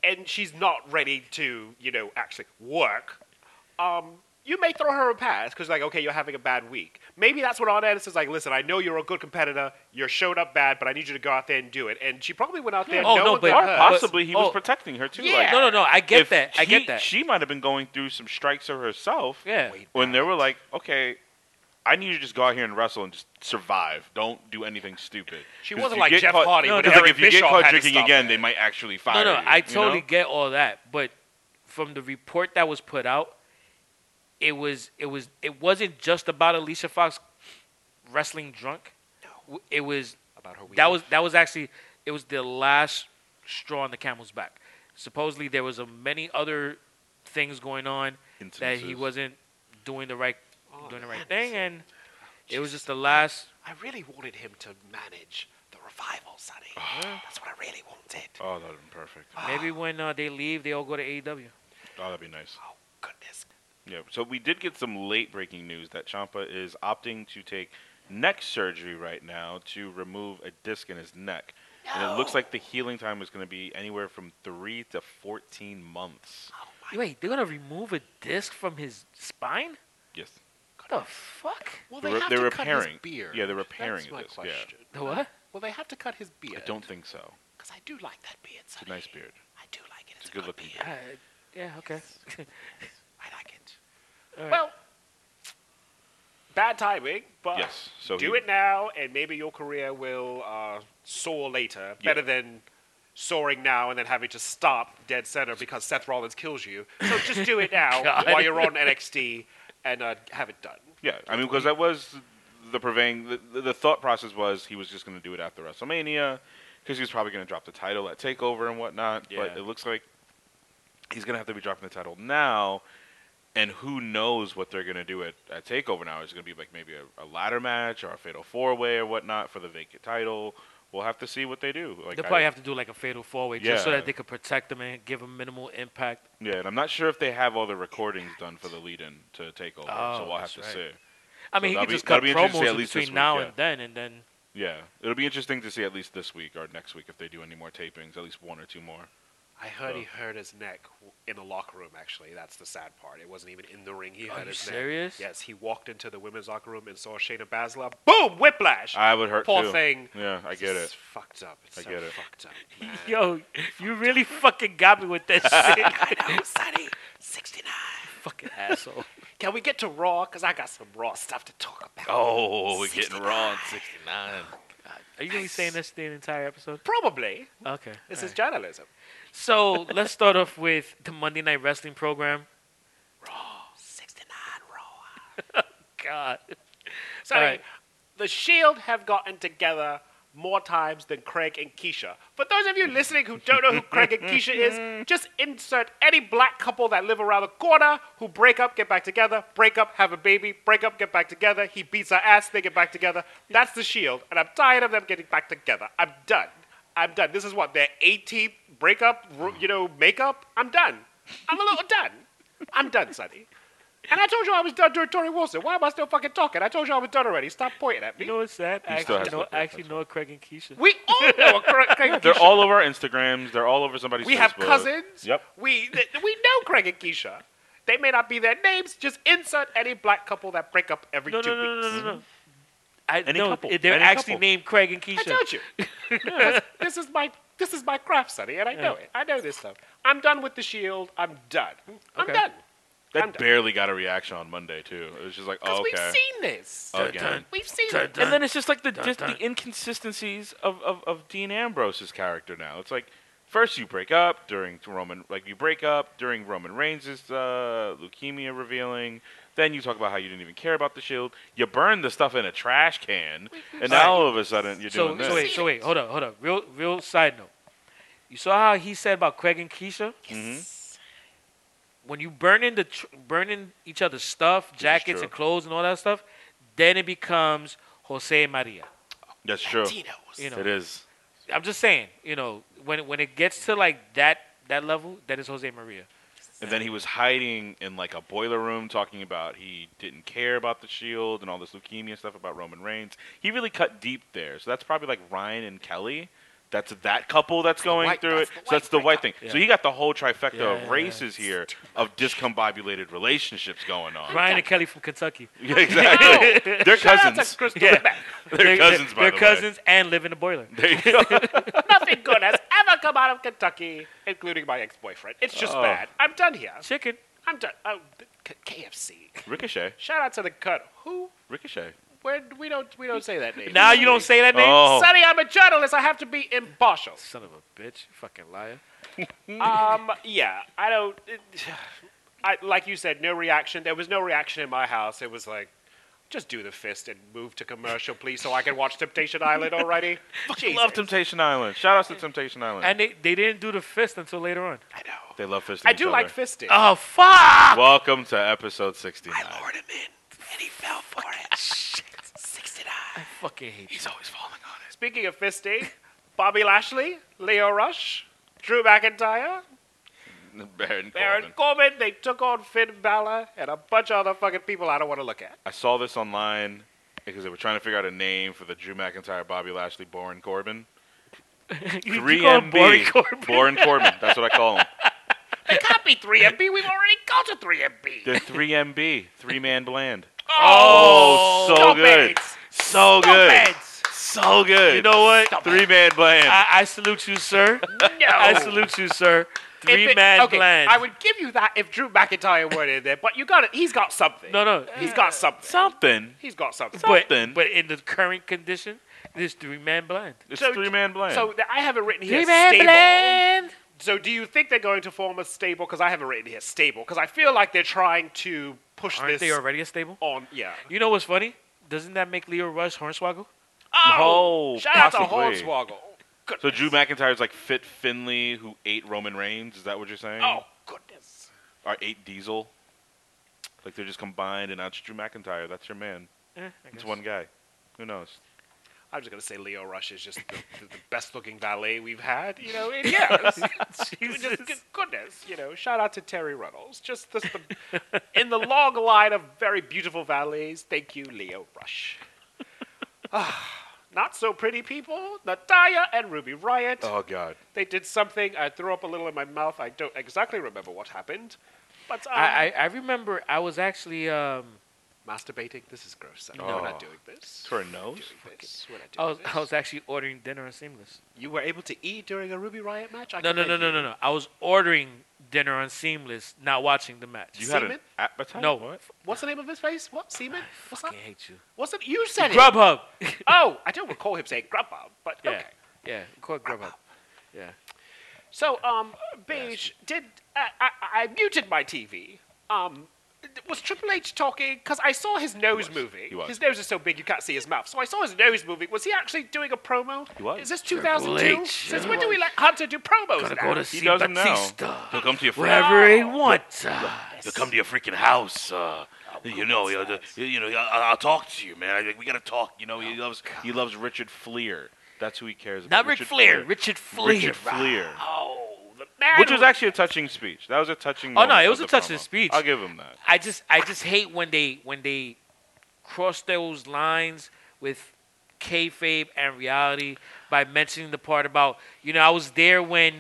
and she's not ready to, you know, actually work, um, you may throw her a pass because like, okay, you're having a bad week. Maybe that's what Arn Anderson's like. Listen, I know you're a good competitor. You showed up bad, but I need you to go out there and do it. And she probably went out there.
Oh,
no,
no,
one
but-
got
or
hurt.
pos-
possibly he was
oh.
protecting her too.
Yeah.
Like,
No, no, no. I get
if
that. I
he-
get that.
She might have been going through some strikes of herself.
Yeah.
When they were like, "Okay, I need you to just go out here and wrestle and just survive. Don't do anything stupid."
She
'Cause
wasn't
if you
like
get
Jeff
caught-
Hardy,
No,
but
'cause,
Eric
like if you get
Bischoff
caught
had to
drinking
stop
again,
it.
they might actually
No,
fire
no,
you.
I
you
totally
know?
get all that, but from the report that was put out, it was it was it wasn't just about Alicia Fox wrestling drunk. No. It was
about her week.
that was that was actually it was the last straw on the camel's back. Supposedly there was a many other things going on that he
Instances.
wasn't doing the right
Oh,
doing the
man.
right thing, and it was just the last.
I really wanted him to manage the revival, Sonny.
Uh-huh.
That's what I really wanted.
Oh, that would have been perfect. Oh,
Maybe when uh, they leave, they all go to AEW.
that'd be nice.
Oh goodness.
Yeah. So we did get some late breaking news that Champa is opting to take neck surgery right now to remove a disc in his neck. And it looks like the healing time is going to be anywhere from 3 to 14 months.
Oh my
Wait, they're gonna remove a disc from his spine?
Yes.
What the fuck?
Well,
They're
they
re-
have
they're
to cut
repairing-
his beard.
yeah, they're repairing
That's my
this, yeah.
question.
The what?
Well, they have to cut his beard.
I don't think so.
because I do like that beard.
It's a
Sonny.
nice beard.
I do like it. It's,
a good looking
beard.
Uh, yeah, okay.
I like it.
All right.
Well, bad timing, but
Yes, so
Uh, do
he-
it now, and maybe your career will uh, soar later.
Yeah.
Better than soaring now and then having to stop dead center because Seth Rollins kills you. So just do it now
God.
while you're on NXT and uh, have it done.
Yeah. I mean, because that was the purveying, the, the, the thought process was he was just going to do it after WrestleMania. because he was probably going to drop the title at Takeover and whatnot.
Yeah.
But it looks like he's going to have to be dropping the title now. And who knows what they're going to do at, at Takeover now? Is it going to be like maybe a, a ladder match or a fatal four way or whatnot for the vacant title? We'll have to see what they do. Like
They'll
I-
probably have to do like a fatal four way just so
Yeah.
that they could protect them and give them minimal impact.
Yeah, and I'm not sure if they have all the recordings done for the lead-in to Takeover,
Oh,
so we'll have
that's
to
right.
see.
I mean,
So
he
that'll
could
be-
just cut
that'll be interesting to see
promos
at
in
least
between
this week,
now
yeah.
and then, and then
Yeah, it'll be interesting to see at least this week or next week if they do any more tapings, at least one or two more.
I heard
So-
he hurt his neck w- in the locker room. Actually, that's the sad part. It wasn't even in the ring. He
Are
hurt
you
his
serious?
neck. Yes, he walked into the women's locker room and saw Shayna Baszler. Boom! Whiplash.
I would hurt
Poor
too.
thing.
Yeah, I
It's
get
just
it.
Fucked up. It's
I
so
get it.
Fucked up. Man.
yo, you really fucking got me with that shit.
Sunny, 69.
fucking asshole.
Can we get to Raw? Because I got some Raw stuw to talk about.
Oh, we're getting raw in '69.
Are you really saying this the entire episode?
Probably.
Okay.
This
all
is
right.
journalism.
so let's start off with the Monday Night Wrestling program.
69 Raw.
God.
Sorry.
All right.
The Shield have gotten together more times than Craig and Keisha. For those of you listening who don't know who Craig and Keisha is, just insert any black couple that live around the corner who break up, get back together, break up, have a baby, break up, get back together. He beats her ass, they get back together. That's the Shield, and I'm tired of them getting back together. I'm done. I'm done. This is what their 18th breakup, ru- you know, makeup. I'm done. I'm a little done. I'm done, Sonny. And I told you I was done during Tori Wilson. Why am I still fucking talking? I told you I was done already. Stop pointing at me.
You know what's sad? I
He still
actually
has
know,
lip
I
lip,
actually know a Craig and Keisha.
we all know a Craig, Craig and
They're
Keisha.
all over our Instagrams. They're all over somebody's.
we have
Facebook.
cousins.
Yep.
We th- we know Craig and Keisha. They may not be their names. Just insert any black couple that break up every
No,
two
no, no,
weeks.
no, no, no. I,
Any
no,
couple.
they're
Any
actually
couple.
named Craig and Keisha.
I told you. That's- this is my this is my craft, Sonny, and I know it. I know this stuff. I'm done with the Shield. I'm done. I'm
Okay.
done. I'm
That
done.
barely got a reaction on Monday too. It was just like,
Because
oh, okay.
we've seen this.
Again.
We've seen
Dun,
it.
dun.
And then it's just like the
Dun,
just
dun.
the inconsistencies of, of, of Dean Ambrose's character now. It's like first you break up during Roman like you break up during Roman Reigns' uh, leukemia revealing. Then you talk about how you didn't even care about the Shield. You burn the stuff in a trash can, and now all of a sudden you're
So,
doing
so
this.
wait, so wait, hold up, hold up. Real, real side note. You saw how he said about Craig and Keisha. Mm-hmm. When you burn in the tr- burn in each other's stuff, jackets
true.
and clothes and all that stuff, then it becomes Jose and Maria.
That's true.
Latinos.
You know,
It is.
I'm just saying. You know, when when it gets to like that that level, that is Jose and Maria.
And then he was hiding in like a boiler room talking about he didn't care about the shield and all this leukemia stuff about Roman Reigns. He really cut deep there. So that's probably like Ryan and Kelly. That's that couple that's going
white-
through
that's
it.
the
So that's the
white
white thing.
breakup.
So you got the whole trifecta
Yeah.
of races here of discombobulated relationships going on.
Ryan and Kelly from Kentucky.
Yeah, exactly. They're
Shout out to
cousins.
Crystal
Yeah.
Beck.
They're cousins, by
They're
the
cousins and live in a boiler.
way. There you go.
Nothing good has ever come out of Kentucky, including my ex-boyfriend. It's just
Oh.
bad. I'm done here.
Chicken.
I'm done. Oh, K- KFC.
Ricochet.
Shout out to the cut. Who?
Ricochet.
Where we don't we don't say that name.
Now you don't say that name.
Oh.
Sonny, I'm a journalist. I have to be impartial.
Son of a bitch, you fucking liar.
Um, yeah, I don't. It, I like you said, no reaction. There was no reaction in my house. It was like, just do the fist and move to commercial, please, so I can watch Temptation Island already. Jesus.
Love Temptation Island. Shout outs to Temptation Island.
And they, they didn't do the fist until later on.
I know.
they love fisting
I
each
do like
other.
fisting.
Oh fuck!
Welcome to episode 69.
lured him in, and he fell for it. Sixty-nine.
Fucking hate you.
He's always falling on it.
Speaking of fisting, Bobby Lashley, Leo Rush, Drew McIntyre,
Baron
Baron
Corbin.
Corbin. They took on Finn Balor and a bunch of other fucking people I don't want to look at.
I saw this online because they were trying to figure out a name for the Drew McIntyre, Bobby Lashley, Baron Corbin.
You call him Barry Corbin.
Baron Corbin. That's what I call him.
They can't be 3MB. We've already got to 3MB.
They're 3MB, three man bland.
Oh,
so
stop
good.
it.
So good.
Stop
So good.
You know what? Uh,
three man bland.
I, I salute you, sir.
it. No.
I salute you, sir.
If
Three
it-
man
okay,
bland.
I would give you that if Drew McIntyre weren't in there, but you got it. He's got something.
No, no.
He's got something.
Something.
He's got something.
but,
something.
but in the current condition, this three man bland.
It's
So-
three man bland.
So th- I have it written here.
Three man
stable.
bland.
So do you think they're going to form a stable? Because I have it written here stable. Because I feel like they're trying to push
Aren't
this
they already a stable?
on. Yeah.
You know what's funny? Doesn't that make Leo Rush Hornswoggle?
Oh,
Shout out to
possibly.
Hornswoggle.
So Drew McIntyre's like fit Finley who ate Roman Reigns. Is that what you're saying?
Oh goodness.
Or ate Diesel. Like they're just combined, and that's Drew McIntyre. That's your man.
Eh, I
It's
guess.
one guy. Who knows?
I'm just gonna say Leo Rush is just the, the, the best looking valet we've had. You know, and yeah, it's- it was just, good- goodness. You know, shout out to Terry Runnels. Just this, the, in the long line of very beautiful valets. Thank you, Leo Rush. Ah, not so pretty people, Natalia and Ruby Riot.
Oh God.
They did something. I threw up a little in my mouth. I don't exactly remember what happened, but um,
I, I I remember I was actually um
masturbating. This is gross. I-
Oh.
We're not doing this.
For a nose.
Doing this. We're not
I
doing
was
this.
I was actually ordering dinner on Seamless.
You were able to eat during a Ruby Riot match? I
No no
commend
no no
you.
no no. I was ordering dinner on Seamless, not watching the match.
You
I
had an
Semen?
appetite.
No.
What?
What's the name of his face? What? Seaman? What's that?
fucking hate you.
What's it? You said it.
Grubhub.
Oh, I don't recall him saying Grubhub, but
yeah.
okay.
Yeah. Call it Grubhub. Yeah.
So, um, Beige did. I, I, I muted my TV. Um, was Triple H talking? Because I saw his nose
was.
moving.
He was.
His nose is so big you can't see his mouth. So I saw his nose moving. Was he actually doing a promo?
He was.
Is this
Triple
2002?
H,
Since
yeah.
when do we let Hunter do promos
Gotta
now?
go to see
He does them now.
Batista.
He'll come to your fr-
Wherever he wants. uh,
He'll come to your freaking house. Uh, you know, you know, you know, I- I'll talk to you, man. I, we gotta talk. You know, he loves he loves Richard Fleer. That's who he cares about.
Not Ric Flair. Richard Fleer.
Richard Fleer.
Oh, the man.
Which
who-
was actually a touching speech. That was a touching.
Oh, no,
moment
it
of
was a
the
touching
promo.
speech.
I'll give him that.
I just I just hate when they when they cross those lines with kayfabe and reality by mentioning the part about you know I was there when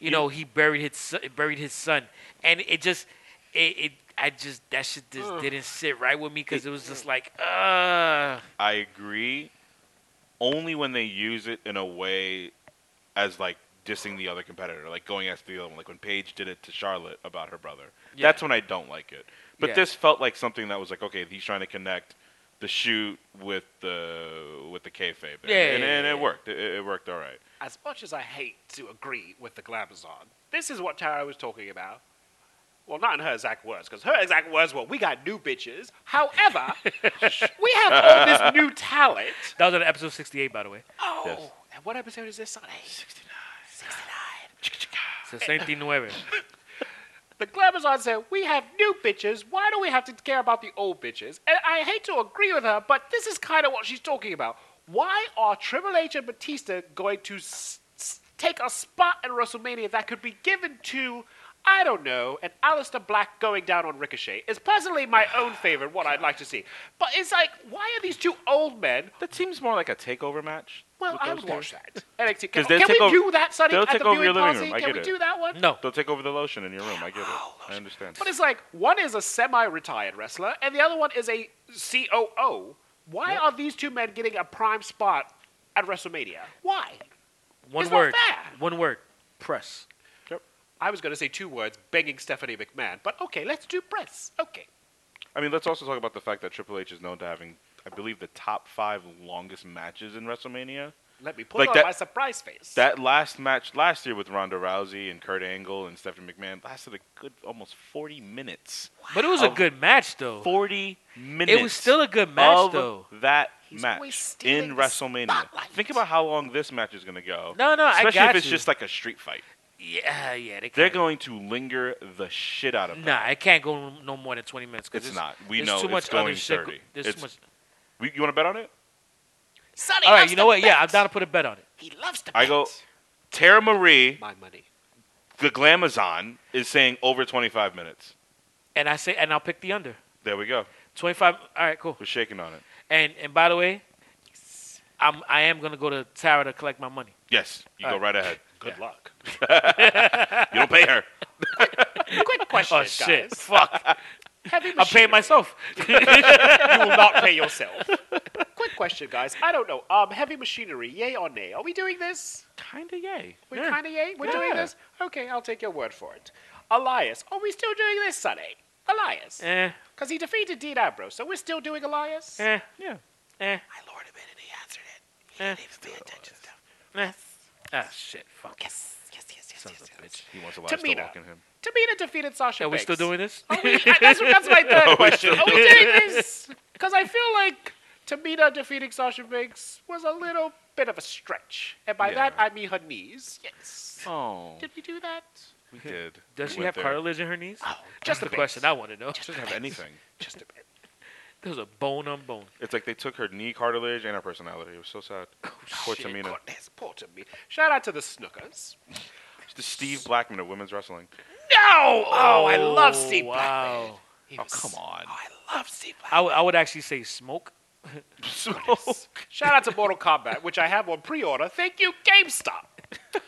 you know he buried his son, buried his son and it just it, it I just that shit just didn't sit right with me because it was just like uh
I agree. Only when they use it in a way as like dissing the other competitor, like going after the other one, like when Paige did it to Charlotte about her brother.
Yeah.
That's when I don't like it. But
Yeah.
this felt like something that was like, okay, he's trying to connect the shoot with the with the kayfabe, and,
Yeah,
and,
yeah,
and
yeah,
it
yeah.
worked. It, it worked all right.
as much as I hate to agree with the glamazon, this is what Tara was talking about. Well, not in her exact words, because her exact words were, "We got new bitches." However, we have all this new talent.
that was on episode sixty eight by the way
Oh,
Yes.
and what episode is this on? Sixty-nine. Sixty-nine.
so same thing nueve
The glamazon said, "We have new bitches. Why do we have to care about the old bitches?" And I hate to agree with her, but this is kind of what she's talking about. Why are Triple H and Batista going to s- s- take a spot in WrestleMania that could be given to, I don't know, an Alistair Black going down on Ricochet? Is personally my own favorite, what I'd like to see. But it's like, why are these two old men?
That seems more like a takeover match.
Well,
with
I
those
would
two.
watch that. NXT. Can,
'Cause they'll
can we
take over-
do that, Sonny?
they'll
At
take
the
over
viewing
your living
party?
room. I
Can
get
we
it.
do that one?
no
They'll take over the lotion in your room. I get it. I understand.
But it's like one is a semi-retired wrestler, and the other one is a COO. Why are these two men getting a prime spot at WrestleMania? Why?
one
It's not
word
fair.
one word press
I was going to say two words, begging Stephanie McMahon, but okay, let's do press. Okay.
I mean, let's also talk about the fact that Triple H is known to having, I believe, the top five longest matches in WrestleMania.
Let me put
Like
on
that-
my surprise face.
That last match last year with Ronda Rousey and Kurt Angle and Stephanie McMahon lasted a good almost 40 minutes.
but it was a
Of
good match though
40 minutes.
it was still a good match
of
though
That
He's always
match
stealing
in
the
WrestleMania.
spotlight.
Think about how long this match is going to go.
No, no, I
especially
got
if it's
you.
just like a street fight.
Yeah, yeah, they
They're
can't-
going to linger the shit out of it.
Nah, it can't go no more than twenty minutes. 'cause there's-
It's not. We
there's
know
too
it's
much
going
other shit.
30.
There's
It's-
too much.
We, you want to bet on it?
Sonny
All right,
loves
you
to
know what? Yeah, I'm
bet.
down to put a bet on it.
He loves to
I
bet.
go- Tara Marie,
My money.
the Glamazon, is saying over 25 minutes.
And I say, and I'll pick the under
There we go.
twenty-five. All right, cool.
We're shaking on it.
And and by the way, I'm I am gonna go to Tara to collect my money.
Yes, you
All
go
right.
right ahead.
Good luck.
You don't pay her.
Quick question,
Oh shit!
guys.
Fuck!
Heavy
I'm
machinery.
paying myself.
you will not pay yourself. Quick question, guys. I don't know. Um, heavy machinery, yay or nay? Are we doing this?
Kinda yay.
We're kind of yay. We're doing
Yeah.
this. Okay, I'll take your word for it. Elias, are we still doing this, Sonny? Elias,
eh,
because he defeated Dean Ambrose, so we're still doing Elias.
eh,
Yeah.
eh,
I lured him in and he answered it. He
eh.
even pay attention to stuff.
eh. Ah shit! Fuck.
Yes, yes, yes, yes,
Son of a bitch.
He wants Elias
Tamina.
to walk in him.
Tamina defeated Sasha.
Are we
Banks.
still doing this?
Are we, I- that's, that's my third question. Are we doing this? Because I feel like Tamina defeating Sasha Banks was a little bit of a stretch. And by
Yeah.
that, I mean her knees. Yes.
Oh,
Did we do that?
we did.
Does
We
she
went
have
there.
cartilage in her knees?
just
Oh, That's the
Oh, a bit.
question I want to know.
She doesn't have anything.
Just a bit.
There's a bone on bone.
It's like they took her knee cartilage and her personality. It was so sad. Poor
Shit,
Tamina.
goodness, poor Tamina. Shout out to the Snookers.
It's the Steve Blackman of women's wrestling.
No! Oh, I love Steve Blackman.
Wow.
He
Oh,
was-
come on.
Oh, I love Steve
I would- I would actually say smoke.
So-
Shout out to Mortal Kombat, which I have on pre-order. Thank you, GameStop.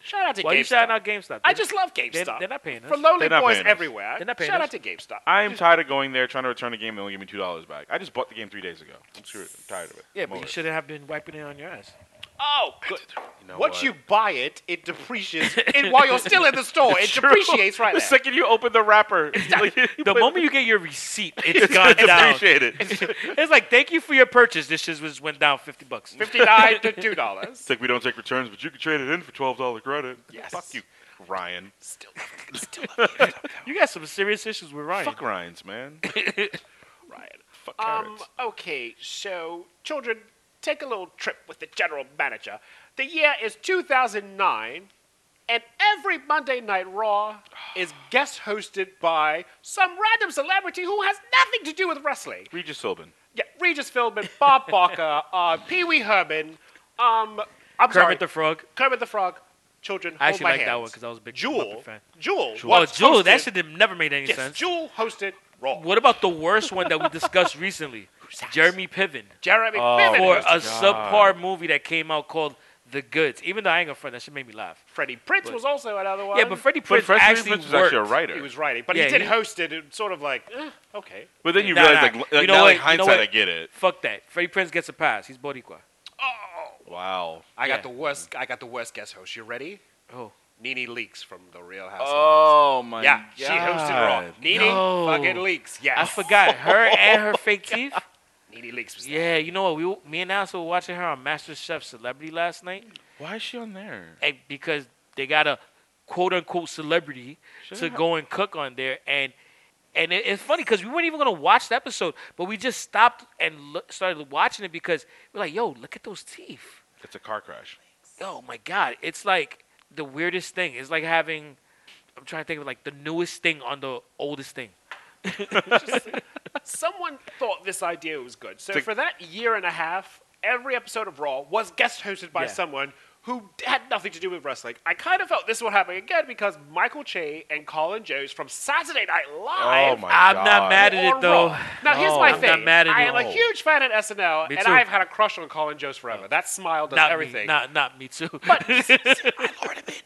Shout out to
Why
GameStop.
you shouting out GameStop?
I just love GameStop.
They're- they're not paying us.
For lonely
They're not
boys
paying us.
everywhere.
They're not paying
shout
us.
out to GameStop.
I am tired of going there trying to return a game and only give me two dollars back. I just bought the game three days ago. I'm screwed. I'm tired of it.
yeah,
I'm
but
over
you
it.
shouldn't have been wiping it on your ass.
oh, good.
You know
Once
what?
you buy it, it depreciates. it, while you're still in the store, it depreciates right
the
now.
second you open the wrapper,
The moment you get your receipt, it's gone down.
depreciated. It's
It's like thank you for your purchase. This shit just went down fifty bucks.
Fifty-nine to two dollars.
like we don't take returns, but you can trade it in for twelve dollar credit.
Yes.
Fuck you, Ryan.
Still, still love you,
You got some serious issues with Ryan.
Fuck Ryan's man.
Ryan.
Fuck
Um,
carrots.
okay, so children, take a little trip with the general manager. The year is 2009, and every Monday Night Raw is guest hosted by some random celebrity who has nothing to do with wrestling.
Regis Philbin.
Yeah, Regis Philbin, Bob Barker, uh, Pee Wee Herman, um, I'm sorry,
Kermit the Frog.
Kermit the Frog. Children,
I
hold
actually
my
like that
hands.
one because I was a big
Jewel,
Muppet fan.
Jewel,
Oh,
was
Jewel, that
hosted-
should have never made any
yes,
sense.
Jewel hosted Raw.
What about the worst one that we discussed recently?
that?
Jeremy Piven
Jeremy
Oh,
Piven
for a
my God.
subpar movie that came out called The Goods. Even though I ain't gonna front, that shit made me laugh.
Freddie Prince was also another one.
Yeah, but Freddie
But
Prinze
Fresh
actually
Prince was
worked.
actually a writer.
he was writing, but
Yeah,
he did
he-
host it. It sort of like, eh, okay.
but then you
Nah,
realize,
nah.
like,
You
like
know
now,
what?
like
You know
hindsight,
what?
I get it.
Fuck that. Freddie Prince gets a pass. He's Boricua.
Wow.
I
Oh. Yeah.
got the worst. I got the worst guest host. You ready?
Oh,
Nene Leaks from The Real Housewives.
Oh my
yeah, she hosted Raw. Nene
No.
fucking Leaks. Yes,
I forgot her and her fake teeth.
Nene Leaks was.
Yeah, you know what? We w- me and Alice were watching her on Master Chef Celebrity last night,
Why is she on there?
and because they got a quote unquote celebrity to go and cook on there, and and it, it's funny because we weren't even gonna watch the episode, but we just stopped and look, started watching it because we're like, yo, look at those teeth.
It's a car crash.
Oh my god, it's like the weirdest thing. It's like having I'm trying to think of like the newest thing on the oldest thing.
Someone thought this idea was good. So
It's like-
for that year and a half, every episode of Raw was guest hosted by
Yeah.
someone who had nothing to do with wrestling. I kind of felt this would happen again because Michael Che and Colin Jones from Saturday Night
Oh
Live
my
I'm
god.
not mad at
on
it though.
Raw. Now here's my
I'm
thing.
not mad at
I
it.
am a huge fan of SNL,
Me
and
too.
I've had a crush on Colin Jost forever. That smile does
Not
everything.
me. Not not me too.
But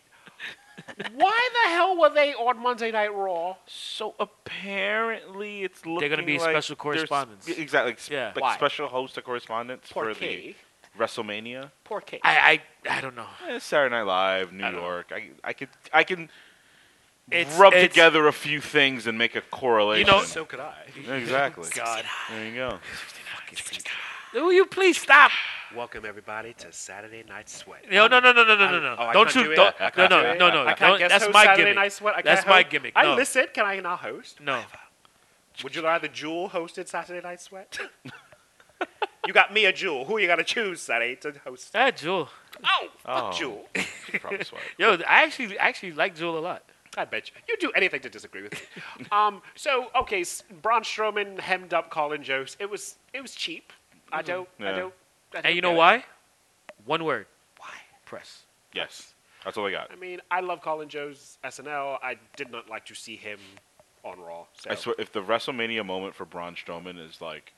why the hell were they on Monday Night Raw?
So apparently, it's looking.
gonna be
like
special
there's-
correspondents.
Exactly. Like,
Yeah.
Like
Why?
special host of correspondents
Poor
for the
Kay.
WrestleMania,
Poor Kay.
I, I I don't know.
Eh, Saturday Night Live, New
I don't know.
York. I I could I can
It's-
rub
it's-
together a few things and make a correlation.
You know-
so could I.
exactly.
God.
There you go.
Will you please stop?
Welcome everybody to Saturday Night Sweat.
No, no, no, no, no, no, no, no.
Oh, I
don't
can't
you?
do it.
don't,
I
no,
can't do
no,
it.
no, no,
I
don't-
can't guest
That's
host
my
Saturday
gimmick.
Night Sweat. I can't
That's my
host-
gimmick.
I
No.
listen. Can I not host?
No.
Would you rather Jewel hosted Saturday Night Sweat? you got me a Jewel. Who are you gonna choose, Saturday, to host?
Ah, Jewel.
Oh, fuck
Oh.
Jewel.
You Probably sweat.
Yo, I actually I actually like Jewel a lot.
I bet you. You do anything to disagree with me. um, so okay, s- Braun Strowman hemmed up Colin Jost. It was it was cheap. I don't. I
Mm-hmm. Yeah.
don't. I don't
And you know
get it.
why? One word.
Why?
Press.
Yes. That's all I got.
I mean, I love Colin Jost SNL. I did not like to see him on Raw. So.
I swear, if the WrestleMania moment for Braun Strowman is like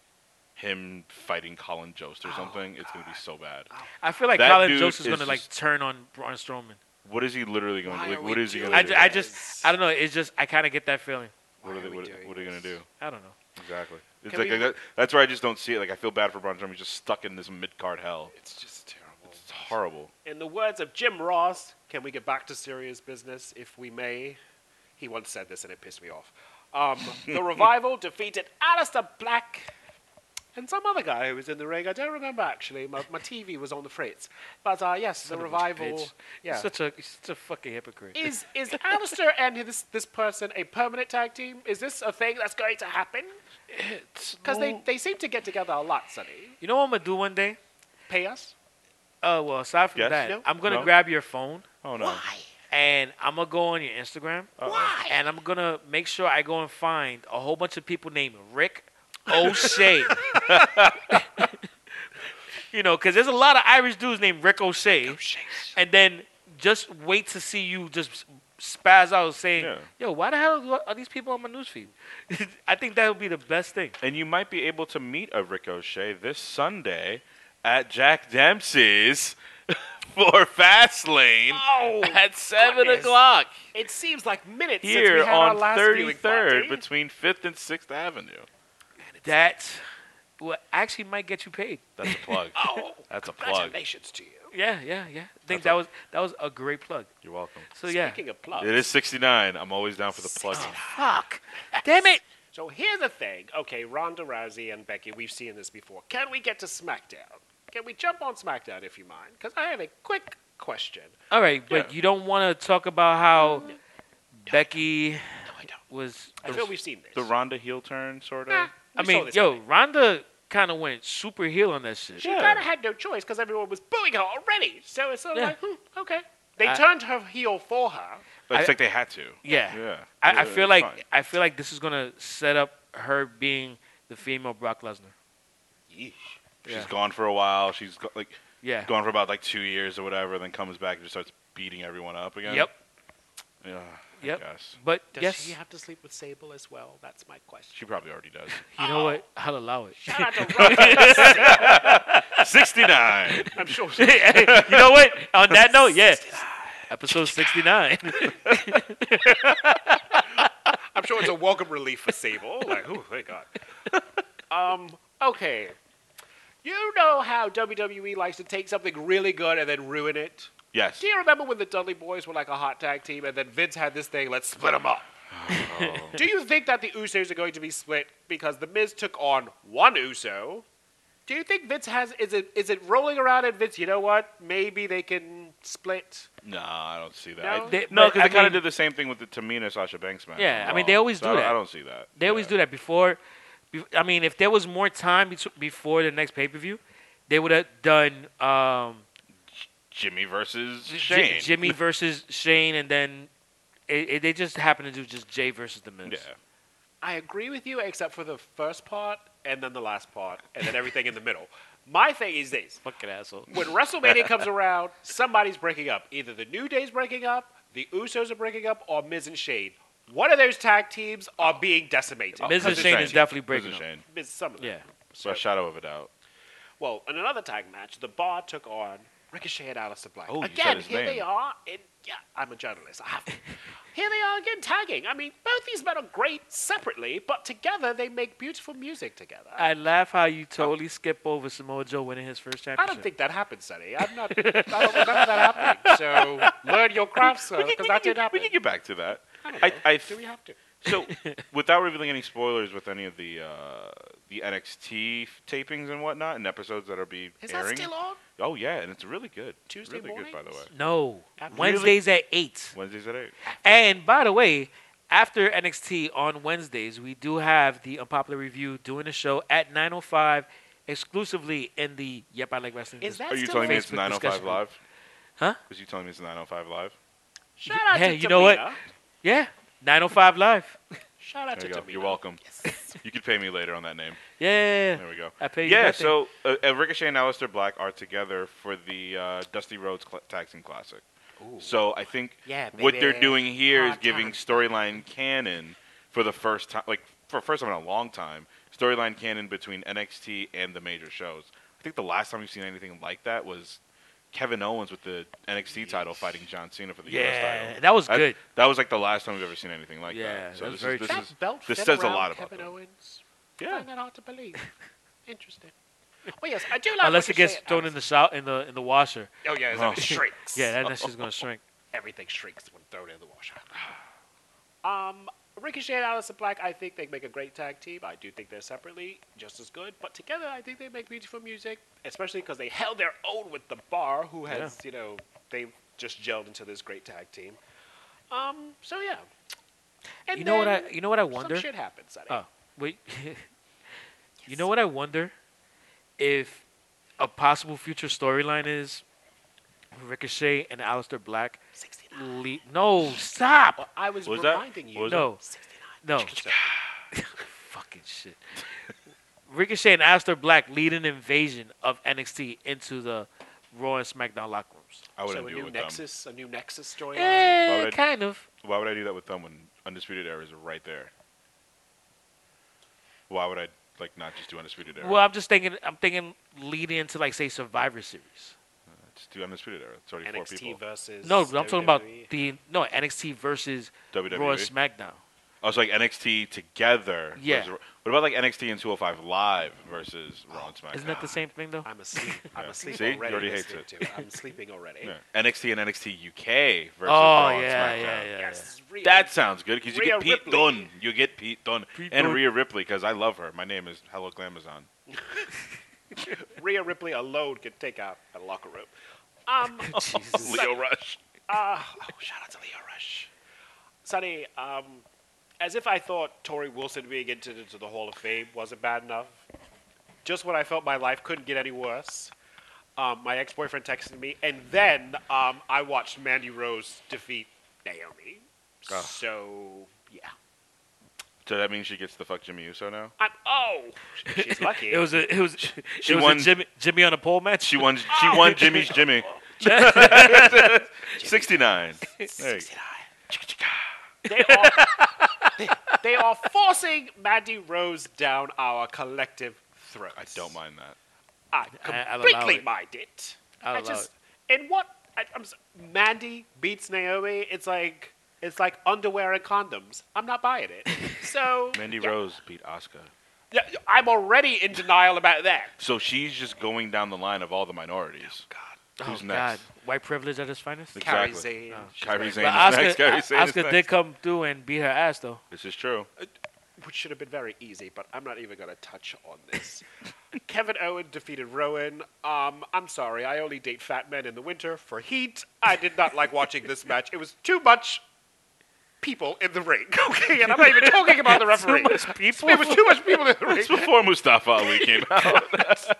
him fighting Colin Jost or
Oh,
something, it's gonna be so bad.
I feel like
That
Colin
dude
Jost is
is
gonna like
just-
turn on Braun Strowman.
What is he literally going
Why
to
are
like? What
we
is he
doing
going
I,
to
ju-
do?
I just
Yes.
I don't know. It's just I kind of get that feeling.
Why
what are they,
are we
what,
doing
what are they going to do?
I don't know.
Exactly. It's
Can
like,
we-
that, that's where I just don't see it. Like I feel bad for Braun Strowman. He's just stuck in this mid card hell.
It's just terrible.
It's horrible.
In the words of Jim Ross, can we get back to serious business if we may? He once said this and it pissed me off. Um, the Revival defeated Alistair Black and some other guy who was in the ring. I don't remember actually. My, my TV was on the fritz. But uh, yes, the
Son of a
Revival.
bitch.
Yeah.
Such a he's such a fucking hypocrite.
Is, is Alistair and this, this person a permanent tag team? Is this a thing that's going to happen? Because they, they seem to get together a lot, Sonny.
You know what I'm gonna do one day?
Pay us?
Uh, well, aside from
Yes?
that,
No?
I'm gonna
No?
grab your phone
Oh no. Uh-uh.
and I'm gonna go on your Instagram.
Why?
And I'm gonna make sure I go and find a whole bunch of people named Rick O'Shea. you know, because there's a lot of Irish dudes named Rick O'Shea.
Oh,
And then just wait to see you just spaz out saying,
Yeah.
"Yo, why the hell are these people on my newsfeed?" I think that would be the best thing.
And you might be able to meet a Ricochet this Sunday at Jack Dempsey's for Fastlane
Oh,
at seven
goodness.
o'clock
it seems like minutes Oh, since we
here
had our
on
last
Thirty
viewing
Third
party.
between Fifth and Sixth Avenue.
That well, actually might get you paid.
That's a plug.
Oh,
That's a plug.
congratulations to you.
Yeah, yeah, yeah. I think
That's
that
all.
was that was a great plug.
You're welcome.
So yeah.
Speaking of plugs,
It is 69. I'm always down for the plug.
Fuck. Damn it.
So here's the thing. Okay, Ronda Rousey and Becky, we've seen this before. Can we get to SmackDown? Can we jump on SmackDown if you mind? Because I have a quick question.
All right, but
Yeah.
you don't want to talk about how Becky
No, I don't.
was.
I feel we've seen this.
The Ronda heel turn, sort of.
Nah,
I
we saw
mean,
this
yo,
coming.
Ronda kind of went super heel on that shit.
she
Yeah.
kind of had no choice because everyone was booing her already. So it's sort of
Yeah. Uh,
like, hmm, okay. They
I-
turned her heel for her.
But it's
I-
like they had to.
Yeah.
Yeah.
I, I
Yeah,
feel
it's
like
fine.
I feel like this is gonna set up her being the female Brock Lesnar.
she's
Yeah.
gone for a while. She's go- like
Yeah.
gone for about like two years or whatever, then comes back and just starts beating everyone up again.
Yep.
Yeah. I
Yep.
guess.
But
Does
yes,
she have to sleep with Sable as well? That's my question.
She probably already does.
you know what? I'll allow it.
Shout out to Ronda.
69.
I'm sure she
you know what? On that note, yeah. Episode sixty nine.
I'm sure it's a welcome relief for Sable. Like, oh, thank God. Um, okay. You know how WWE likes to take something really good and then ruin it?
Yes.
Do you remember when the Dudley Boys were like a hot tag team and then Vince had this thing, let's split them up? Do you think that the Usos are going to be split because The Miz took on one Uso? Do you think Vince has, is it, is it rolling around and Vince, you know what? Maybe they can split.
No, I don't see that.
No?
I-
They-
No,
but
because
I
they kind
mean-
of did the same thing with the Tamina Sasha Banks match.
Yeah,
as
I mean,
well.
they always
So
do
I don't-
that.
I don't see that.
They always do that before. be- I mean, if there was more time betw- before the next pay per view, they would have done um,
Jimmy versus
J-
Shane.
Jimmy versus Shane, and then it, it, they just happened to do just Jay versus the Miz.
Yeah.
I agree with you, except for the first part and then the last part and then everything in the middle. My thing is this
Fucking asshole.
when WrestleMania comes around, somebody's breaking up. Either the New Day's breaking up, the Usos are breaking up, or Miz and Shane. One of those tag teams are being decimated.
Miz and
Versus
Shane is definitely breaking
Versus
up.
Shane.
Miz, some of them.
Yeah.
So a shadow of a doubt.
Well, in another tag match, the Bar took on Ricochet and Alistair Black.
Oh, you said
again,
his
here they
name.
are. In, yeah, I'm a journalist. I have to. here they are again tagging. I mean, both these men are great separately, but together they make beautiful music together.
I laugh how you totally skip over Samoa Joe winning his first championship.
I don't think that happened, Sonny. I'm not. I don't remember that happening. So learn your craft, sir,
We can-
because
we
that
can
did
get- we
happen.
can get back to that.
don't
I,
know.
I
Do we have to?
So, without revealing any spoilers with any of the uh, the NXT tapings and whatnot, and episodes that'll be
Is
airing.
that still on?
Oh yeah, and it's really good.
Tuesday
really good, by the way.
mornings?
No.
That really-
Wednesdays at 8.
Wednesdays at eight.
And by the way, after NXT on Wednesdays, we do have the Unpopular Review doing the show at 9.05 exclusively in the Yep, I Like Wrestling.
Is that
Are you
still
telling me
on?
it's
Facebook
905
discussion.
live?
Huh?
Was you telling me it's 905 live?
Shout out
Hey,
to
you know what?
Tamina.
Yeah, 9.05 Live.
Shout out to
There you go.
Tamina.
You're welcome. You could pay me later on that name.
Yeah.
There we go.
I paid you
yeah,
nothing.
so uh, uh, Ricochet and Aleister Black are together for the uh, Dusty Rhodes Cl- Tag Team Classic. So I think
Yeah,
what they're
baby.
doing here is
Hard
giving
times.
storyline canon for the first time, like for the first time in a long time, storyline canon between NXT and the major shows. I think the last time we've seen anything like that was Kevin Owens with the NXT title fighting John Cena for the US
Yeah,
title.
that was
That-
good.
That was like the last time we've ever seen anything like
Yeah,
that.
that
So
was
this
very
is, this,
true.
That
is,
belt
this
fit
says a
around
lot about
Kevin
them.
Owens. I
Yeah.
find that hard to believe. Interesting. Well, yes, I do like.
Unless it gets
Ricochet.
thrown in the shou- in the in the washer.
Oh yeah,
Oh.
it shrinks.
Yeah, that, that shit's gonna shrink.
everything shrinks when thrown in the washer. Um, Ricochet and Alistair Black, I think they make a great tag team. I do think they're separately just as good, but together I think they make beautiful music, especially because they held their own with the Bar, who has you know they've just gelled into this great tag team. Um, so yeah. And
you know what
then
I? You know what I wonder?
Some shit happens. Sonny.
Oh, wait. You know what I wonder? If a possible future storyline is Ricochet and Aleister Black. Le- no, stop.
I was,
What was that?
reminding you.
What was that?
No, no.
Sorry.
Fucking shit. Ricochet and Aleister Black lead an invasion of NXT into the Raw and SmackDown locker rooms.
I wouldn't
so a
do it
new
with them.
Nexus, a new Nexus storyline.
Eh,
would I-
kind of.
Why would I do that with them when Undisputed Era is right there? Why would I like not just do Undisputed Era?
Well, I'm just thinking. I'm thinking leading into like say Survivor Series.
Just do Undisputed Era. It's already four
NXT
people.
versus. E.
No, I'm talking about
WWE.
E?
the no NXT versus Raw and
WWE.
SmackDown.
Oh, so like NXT together.
Yeah.
versus- What about like NXT and 205 Live versus Raw and SmackDown?
Isn't that the same thing though?
I'm asleep. I'm
Yeah.
asleep
See? He
already.
already
listening
hates
to I'm sleeping already.
Yeah. NXT and NXT UK versus
Oh
Raw and
yeah, yeah,
SmackDown.
yeah, yeah.
Yes, real.
That sounds good because you
Rhea
get Pete
Ripley.
Dunne. You get Pete Dunne
Pete
and
Dunne.
Rhea Ripley because I love her. My name is Hello Glamazon.
Rhea Ripley alone could take out a locker room. Um,
Jesus.
Leo Rush.
Uh, oh, shout out to Leo Rush. Sonny, um, as if I thought Tori Wilson being entered into the Hall of Fame wasn't bad enough, just when I felt my life couldn't get any worse, um, my ex boyfriend texted me, and then um, I watched Mandy Rose defeat Naomi.
Oh.
So, yeah.
So that means she gets the fuck Jimmy Uso now.
I'm, oh, she's lucky.
It was a it was
She
it was
won-
a Jimmy Jimmy on a pole match.
She won. She won Jimmy's Jimmy. Sixty-nine. There you go.
They are, they- they are forcing Mandy Rose down our collective throats.
I don't mind that.
I
I- I'll allow
completely
it.
mind it.
I'll
I
allow
just and what I, I'm s- Mandy beats Naomi. It's like it's like underwear and condoms. I'm not buying it. So
Mandy
yeah,
Rose beat Oscar.
yeah, I'm already in denial about that.
So she's just going down the line of all the minorities.
God,
Who's
oh, God.
next?
White privilege at its finest.
Exactly.
Carrie Zane.
Oh,
she's
Kyrie
like-
Zane
But
is
Oscar,
next. Kyrie Zane is
Oscar did
next.
come through and beat her ass though.
This is true.
which should have been very easy, but I'm not even going to touch on this. Kevin Owen defeated Rowan. Um, I'm sorry, I only date fat men in the winter for heat. I did not like watching this match. It was too much people in the ring. Okay, and I'm not even talking about the referee.
people.
It was too much people in the
It's
ring.
before Mustafa Ali came out.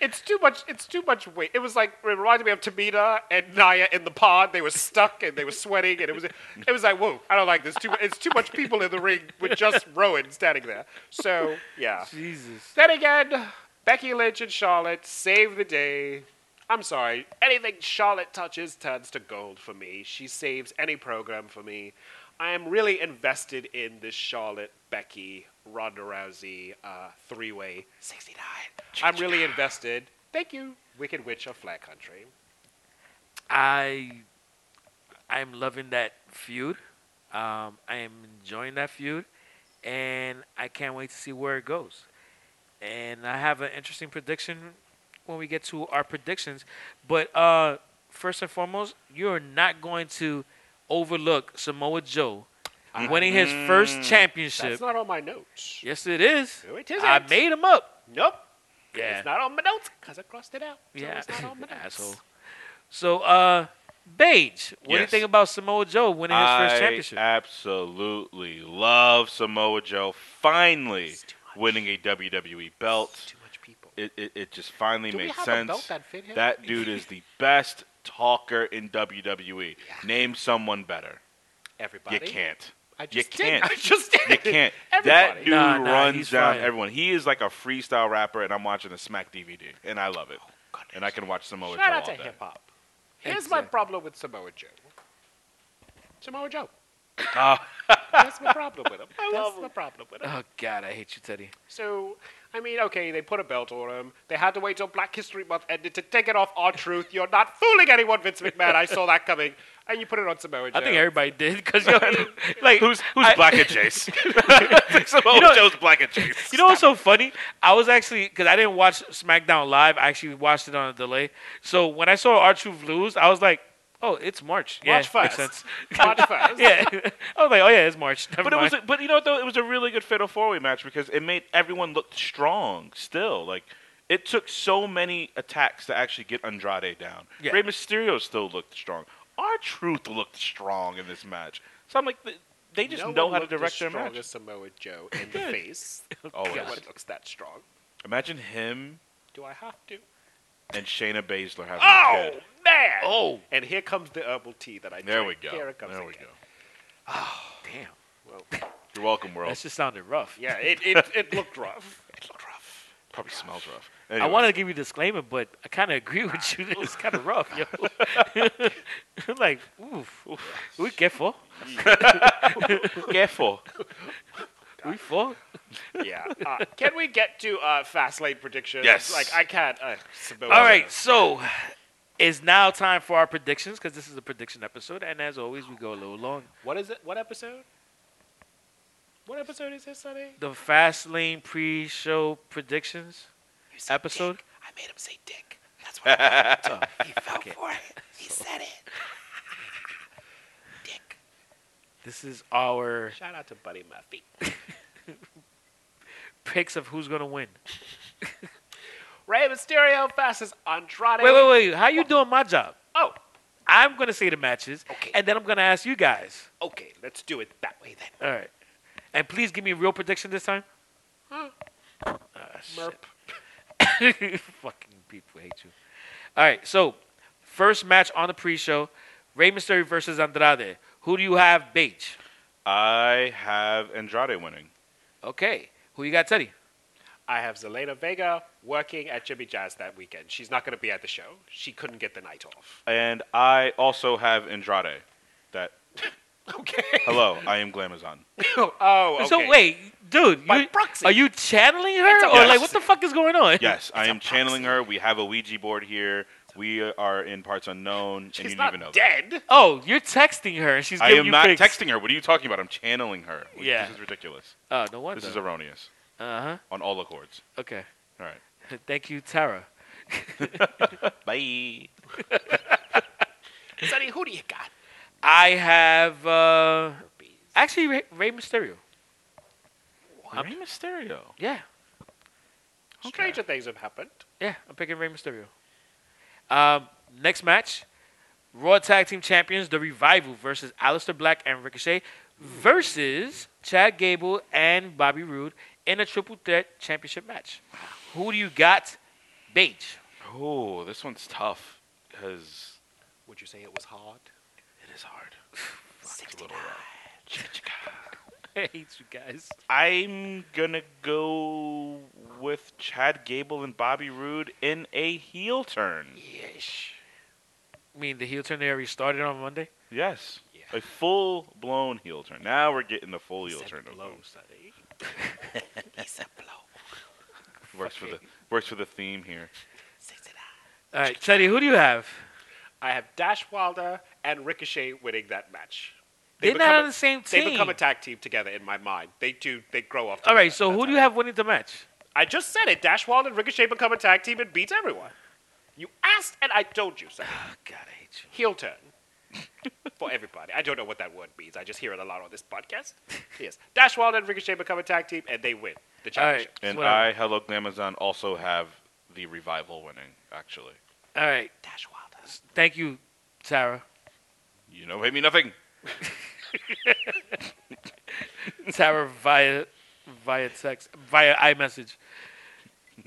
It's too much. It's too much weight. It was like it reminded me of Tamina and Naya in the pod. They were stuck and they were sweating, and it was it was like whoa, I don't like this. Too it's too much people in the ring with just Rowan standing there. So yeah.
Jesus.
Then again, Becky Lynch and Charlotte save the day. I'm sorry. Anything Charlotte touches turns to gold for me. She saves any program for me. I am really invested in this Charlotte Becky Ronda Rousey uh, three way 69. I'm really invested. Thank you, Wicked Witch of Flat Country.
I I'm loving that feud. Um, I am enjoying that feud, and I can't wait to see where it goes. And I have an interesting prediction when we get to our predictions. But uh, first and foremost, you're not going to overlook Samoa Joe winning his first
Mm. That's
championship.
not on my notes.
yes, it is.
No, it isn't.
I made him up.
Nope.
Yeah.
It's not on my notes because I crossed it out. So
Yeah,
It's not on my notes.
asshole. So, uh, Beige, what do you
Yes.
think about Samoa Joe winning his first championship?
I absolutely love Samoa Joe finally
It's too much.
winning a WWE belt.
Too much people.
It, it, it just finally
Do we
made
have a
sense.
belt that fit him?
That dude is the best talker in WWE. Name someone better.
Everybody.
You can't.
I
You
just did.
can't.
I just did.
You can't. that
Everybody.
dude
Nah, nah,
runs
he's
down
fire.
everyone. He is like a freestyle rapper, and I'm watching a Smack DVD, and I love it.
Oh, goodness.
and I can watch Samoa
Shout
Joe
out to
all day.
hip hop. Here's my
Exactly.
problem with Samoa Joe. Samoa Joe.
Ah,
That's my problem with him. That's my problem with him.
oh God, I hate you, Teddy.
So, I mean, okay, they put a belt on him. They had to wait till Black History Month ended to take it off. Our truth. You're not fooling anyone, Vince McMahon. I saw that coming. And you put it on Samoa Joe.
I think everybody did because yo, like
who's who's
I-
black and Jace? Samoa
know-
Joe's black and Jace.
You know what's so funny? I was actually because I didn't watch SmackDown live. I actually watched it on a delay. So when I saw R Truth lose, I was like, "Oh, it's March. Yeah,
March
makes
first.
sense.
March first.
yeah." I was like, "Oh yeah, it's March." Never
But it
mind.
was, a, but you know, what, though it was a really good fatal four way match because it made everyone look strong. Still, like it took so many attacks to actually get Andrade down.
Yeah.
Rey Mysterio still looked strong. Our Truth looked strong in this match. So I'm like, th- they just
No
know
one
how to
looked as
direct their
strong
match. Oh,
as Samoa Joe in the face.
Always.
No one looks that strong.
Imagine him
Do I have to?
and Shayna Baszler having a
Oh
kid.
mad.
Oh.
And here comes the herbal tea that I
There we
drink.
go.
Here
There
it comes
we
again.
go.
Damn.
You're welcome, world.
That just sounded rough.
Yeah, it, it, it looked rough. It looked rough.
Probably smells rough.
I
Anyway,
wanted to give you a disclaimer, but I kind of agree with you. It's kind of rough, yo. I'm like, oof, we careful,
careful.
we for.
Yeah. Uh, can we get to uh, fast lane predictions?
Yes.
Like I can't. Uh, All
All right, so it's now time for our predictions because this is a prediction episode, and as always, we go a little long.
What is it? What episode? What episode is this, Sonny?
The Fast Lane pre-show predictions episode.
I made him say dick.
This is our
Shout out to Buddy Murphy.
picks of who's gonna win.
Ray Mysterio versus Andrade.
Wait, wait, wait. How you doing my job?
Oh,
I'm gonna say the matches,
Okay.
and then I'm gonna ask you guys.
okay. Let's do it that way then.
All right, and please give me a real prediction this time.
Merp.
Fucking people hate you. All right, so first match on the pre-show: Rey Mysterio versus Andrade. Who do you have, Beige?
I have Andrade winning.
Okay, who you got, Teddy?
I have Zelena Vega working at Jimmy Jazz that weekend. She's not going to be at the show. She couldn't get the night off.
And I also have Andrade. That
Okay.
hello, I am Glamazon.
oh, okay.
So wait, dude,
By
you-
proxy.
are you channeling her, or
Yes.
like what the fuck is going on?
Yes, I
It's a
am channeling her. We have a Ouija board here. We are in parts unknown, and you
She's
didn't
not
even know. that.
dead.
Oh, you're texting her, and she's
I
giving
am
you
not
picks.
texting her. What are you talking about? I'm channeling her. Like,
Yeah.
This is ridiculous.
Oh, no wonder.
This is erroneous
uh huh.
on all accords.
Okay.
All right.
Thank you, Tara.
Bye.
Sonny, who do you got?
I have uh, actually Rey, Rey Mysterio.
I'm Mysterio.
Yeah,
Stranger things have happened.
yeah, I'm picking Rey Mysterio. Um, next match, Raw Tag Team Champions The Revival versus Aleister Black and Ricochet versus Chad Gable and Bobby Roode in a triple threat championship match. Who do you got, Beige?
Oh, this one's tough because
Would you say it was hard?
it is hard.
I hate you guys.
I'm gonna go with Chad Gable and Bobby Roode in a heel turn.
Yes.
I mean, the heel turn they already started on Monday.
Yes,
Yeah.
a full blown heel turn. Now we're getting the full heel turn. of
blow,
them.
Sonny.
Works for the works for the theme here.
All right, Teddy, who do you have?
I have Dash Wilder and Ricochet winning that match.
They're not
become
on the same
They
team.
become a tag team together in my mind. They do. They grow up.
All right,
together.
so who
That's
do you
how-
have winning the match?
I just said it. Dash Wilder and Ricochet become a tag team and beat everyone. You asked and I told you so.
Oh, God, I hate you.
Heel turn. For everybody. I don't know what that word means. I just hear it a lot on this podcast. Yes. Dash Wilder and Ricochet become a tag team and they win the
All right,
championship.
And
whatever.
I, Hello Glamazon, also have the revival winning. Actually,
All right,
Dash Wilder.
thank you, Tara.
you know, maybe nothing.
Tara via via text, via iMessage.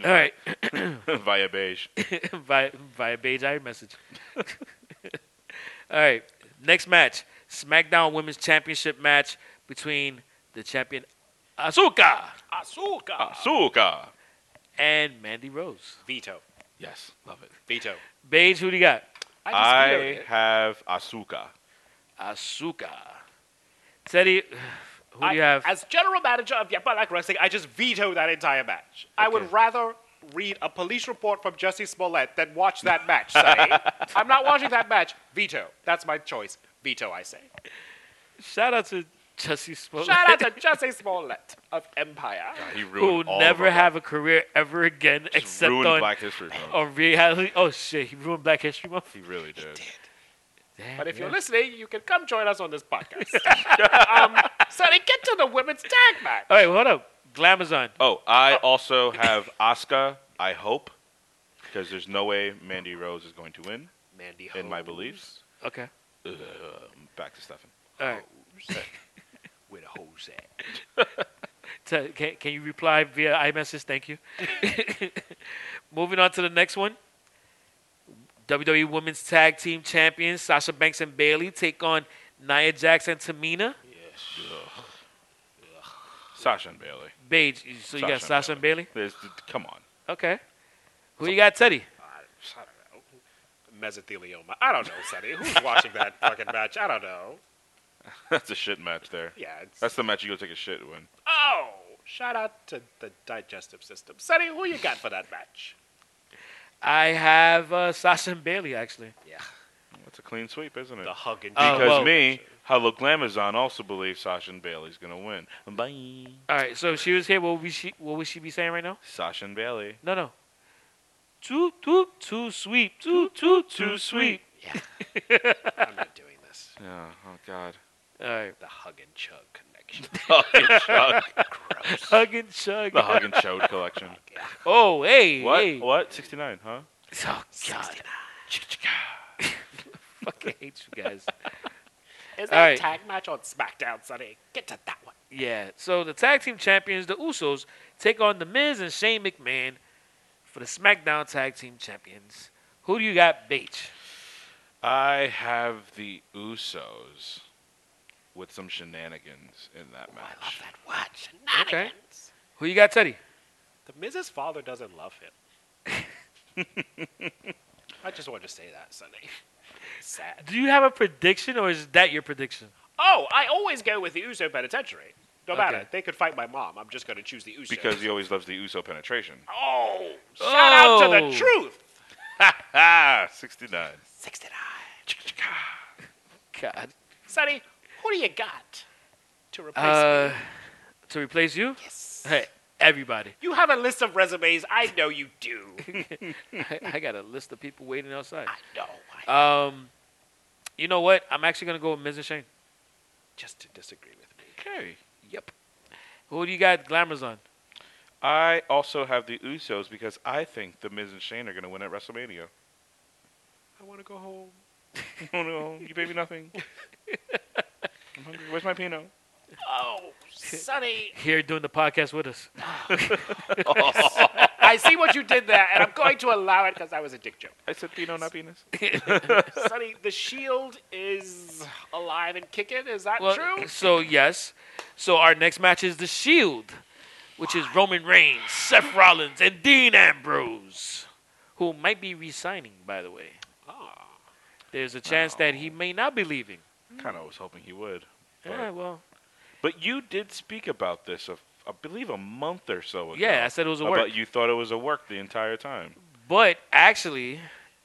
All right,
Via beige.
via via beige iMessage. All right, next match: SmackDown Women's Championship match between the champion Asuka
Asuka.
Asuka.
and Mandy Rose.
Ah, Veto.
Yes, love it.
Veto.
Beige, who do you got?
I,
vetoed it.
have Asuka.
Asuka. Teddy, who do you
I-
have?
As general manager of Yapalak Wrestling, I just veto that entire match. I would
Okay.
rather read a police report from Jesse Smollett than watch that match, Sonny. I'm not watching that match. Veto. That's my choice. Veto, I say.
Shout out to Jesse Smollett,
Shout out to Jesse Smollett of Empire.
He
who
ruined
will
all
never
of our-
have a career ever again
just
except
ruined
on,
Black History Month.
on reality. Oh shit, he ruined Black History Month.
He really did.
Damn,
But if you're
yeah.
listening, you can come join us on this podcast. um, Sonny, get to the women's tag match.
all right, hold up, Glamazon.
Oh, I also have Asuka. I hope, because there's no way Mandy Rose is going to win
Mandy
in my
Hose
beliefs.
Okay,
Ugh, back to Stefan.
all right.
Oh. With a hose at.
Te- can, can you reply via iMessage? Thank you. Moving on to the next one. WWE E Women's Tag Team Champions Sasha Banks and Bailey take on Nia Jax and Tamina.
Sasha and Bailey.
Paige, so you got
Sasha and
Sasha and Bailey.
There's, come on.
Okay. Who you got, Teddy?
I don't know. Mesothelioma. I don't know, Sonny. Who's watching that fucking match? I don't know.
That's a shit match there.
Yeah, it's.
That's the match you go take a shit when.
oh! Shout out to the digestive system. Sonny, who you got for that match?
I have uh, Sasha and Bailey actually.
Yeah.
That's a clean sweep, isn't it?
The uh, hug and
Oh,
Because
well-
me, Hello Glamazon, also believes Sasha and Bailey's gonna win. Bye.
All right, so if she was here, what would we she what would she be saying right now?
Sasha and Bailey.
No, no. Too too too sweet, too too too sweet.
I'm not doing this.
Oh, oh God.
All right,
The hug and chug connection.
Hug and chug.
Gross.
hug and chug.
the Hug and Chode collection.
Oh, hey,
What?
hey.
What? 69, huh?
Oh God, fucking hate you guys.
Is
All
that
right.
a tag match on SmackDown, Sonny? Get to that one.
Yeah. So the tag team champions, the Usos, take on the Miz and Shane McMahon for the SmackDown Tag Team Champions. Who do you got, Bache?
I have the Usos with some shenanigans in that match.
Oh, I love that watch. Shenanigans.
Who you got, Teddy?
The Miz's father doesn't love him. I just wanted to say that, Sonny. Sad.
Do you have a prediction, or is that your prediction?
Oh, I always go with the Uso penitentiary. No
Okay.
matter. They could fight my mom. I'm just going to choose the Uso.
Because he always loves the Uso penetration.
Oh, shout out to
Oh.
the truth.
Ah, 69.
69.
God.
Sonny, who do you got to replace
Uh,
me?
to replace you?
Yes.
Hey, everybody.
You have a list of resumes. I know you do.
I, I got a list of people waiting outside.
I know. I,
Um, you know what? I'm actually gonna go with Miz and Shane.
just to disagree with me.
Okay.
Yep. Who do you got? Glamour's on.
I also have the Usos because I think the Miz and Shane are going to win at WrestleMania.
I want to go home.
oh no, you pay me nothing. I'm hungry. Where's my Pinot?
Oh, Sonny.
Here doing the podcast with us.
I see what you did there, and I'm going to allow it because I was a dick joke.
I said Pinot, not penis.
Sonny, the shield is alive and kicking. Is that
Well,
true?
So yes. So our next match is the Shield, which is Roman Reigns, Seth Rollins, and Dean Ambrose, who might be resigning. By the way,
Ah,
there's a chance that he may not be leaving.
kind of was hoping he would. But,
Yeah, well,
but you did speak about this, a, I believe, a month or so ago.
yeah, I said it was a
about
work,
you thought it was a work the entire time.
but actually,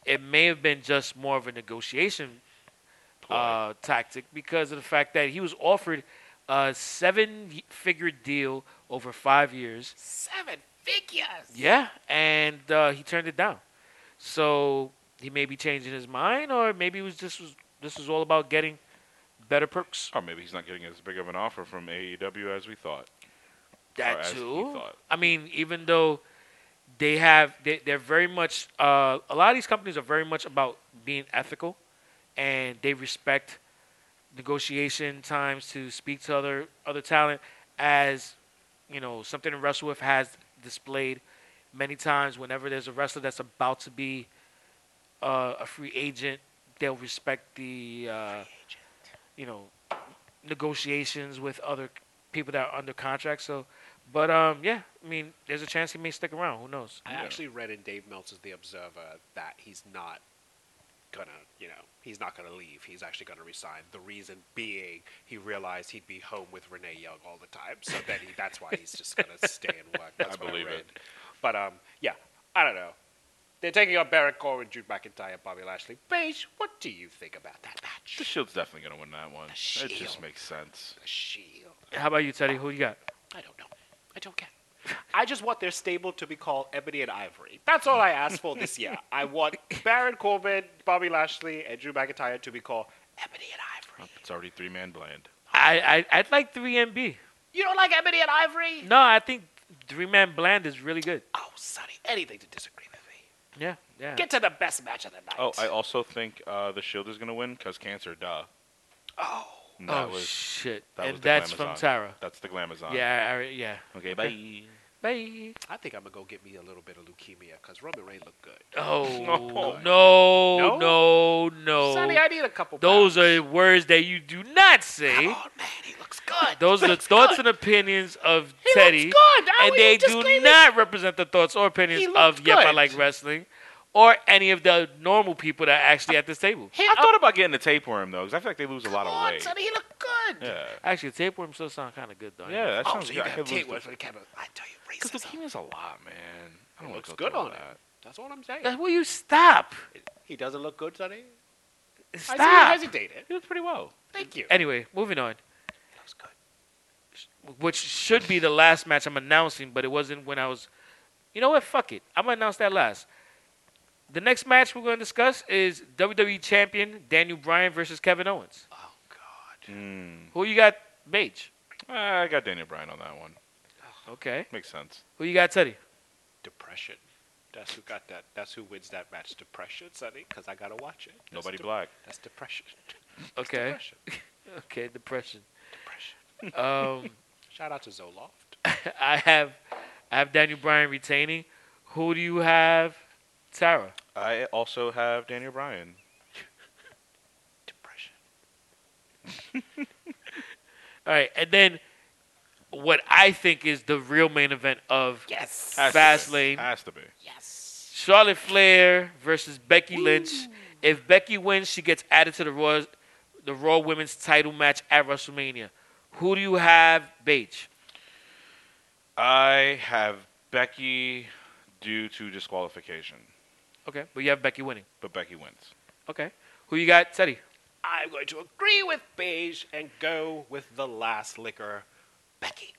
it may have been just more of a negotiation uh, tactic because of the fact that he was offered a seven-figure deal over five years.
seven figures.
Yeah, and uh, he turned it down. So he may be changing his mind, or maybe it was just was this was all about getting better perks.
Or Oh, maybe he's not getting as big of an offer from AEW as we thought.
That
as he
too.
thought.
I mean, even though they have, they, they're very much. Uh, a lot of these companies are very much about being ethical, and they respect negotiation times to speak to other other talent as you know something to wrestle with has displayed many times whenever there's a wrestler that's about to be uh, a free agent they'll respect the uh, you know negotiations with other c- people that are under contract so but um yeah i mean there's a chance he may stick around who knows
I actually read in Dave Meltzer's The Observer that he's not gonna, you know, he's not gonna leave. He's actually gonna resign. The reason being, he realized he'd be home with Renee Young all the time, so then he, that's why he's just gonna stay and work. That's what
believe
I
it.
read. But um, yeah, I don't know. They're taking on Baron Corbin, Drew McIntyre, Bobby Lashley. Beige, what do you think about that
The
match?
Shield's definitely going to win that one. It
Shield.
just makes sense.
The Shield.
how about you teddy who you got
I don't know. I don't care. I just want their stable to be called Ebony and Ivory. That's all I asked for this year. I want Baron Corbin, Bobby Lashley, and Drew McIntyre to be called Ebony and Ivory.
It's already three man bland.
i, I i'd like 3mb
You don't like Ebony and Ivory?
no i think three man bland is really good
Oh, Sonny, anything to disagree with me.
yeah yeah
Get to the best match of the night.
Oh, I also think uh, the Shield is going to win because cancer, duh.
Oh,
And
oh
that was
shit
that
and
was the
that's from
Glamazon.
tara
that's the Glamazon.
yeah I, yeah
Okay, bye.
Bye.
I think I'm gonna go get me a little bit of leukemia because Roman Reigns looked good.
Oh
No.
no,
No?
no, no.
Sonny, I need a couple.
Those
pounds.
are words that you do not say.
Oh man, he looks good.
Those are the thoughts and opinions of
He
Teddy,
looks good. How
and
are
they
you just
do
claiming-
not represent the thoughts or opinions
He
of
looks
Yep, I
good.
Like Wrestling, or any of the normal people that are actually at this table.
He,
I thought about getting a tapeworm though, because I feel like they lose a lot
Come
of
on,
weight.
Sonny, he looked good.
Yeah,
Actually, tapeworm still sound kind of good though.
yeah, that
Oh,
sounds
so you
good. I
got
could lose
take one for the camera. I tell you,
Because
racist.
leukemia's a lot, man. I don't
He
wanna
looks
go
good
through all
on it.
that.
That's all I'm saying.
That's where you stop.
He doesn't look good, Sonny. I
Stop.
see you hesitated.
He looks pretty well.
Thank you.
Anyway, moving on.
He looks good.
which should be the last match I'm announcing, but it wasn't when I was. You know what? Fuck it. I'm gonna announce that last. The next match we're gonna discuss is WWE Champion Daniel Bryan versus Kevin Owens.
Oh God.
Mm.
Who you got, Mage?
Ah, I got Daniel Bryan on that one.
Okay.
Makes sense.
Who you got, Teddy?
Depression. That's who got that. That's who wins that match. Depression, Sonny, because I gotta watch it. That's
Nobody Eh?
de-
black.
That's depression.
Okay.
Depression.
Okay. Depression.
Depression.
Um,
Shout out to Zoloft.
I have, I have Daniel Bryan retaining. Who do you have, Tara?
I also have Daniel Bryan.
Depression.
All right, and then what I think is the real main event of
Yes.
Has to be.
Fastlane.
Has to be.
Yes.
Charlotte Flair versus Becky Lynch. If Becky wins, she gets added to the Raw, the Raw Women's Title match at WrestleMania. Who do you have, Paige?
I have Becky due to disqualification,
Okay, but you have Becky winning.
but Becky wins.
Okay, who you got, Teddy?
I'm going to agree with Beige and go with the last liquor, Becky.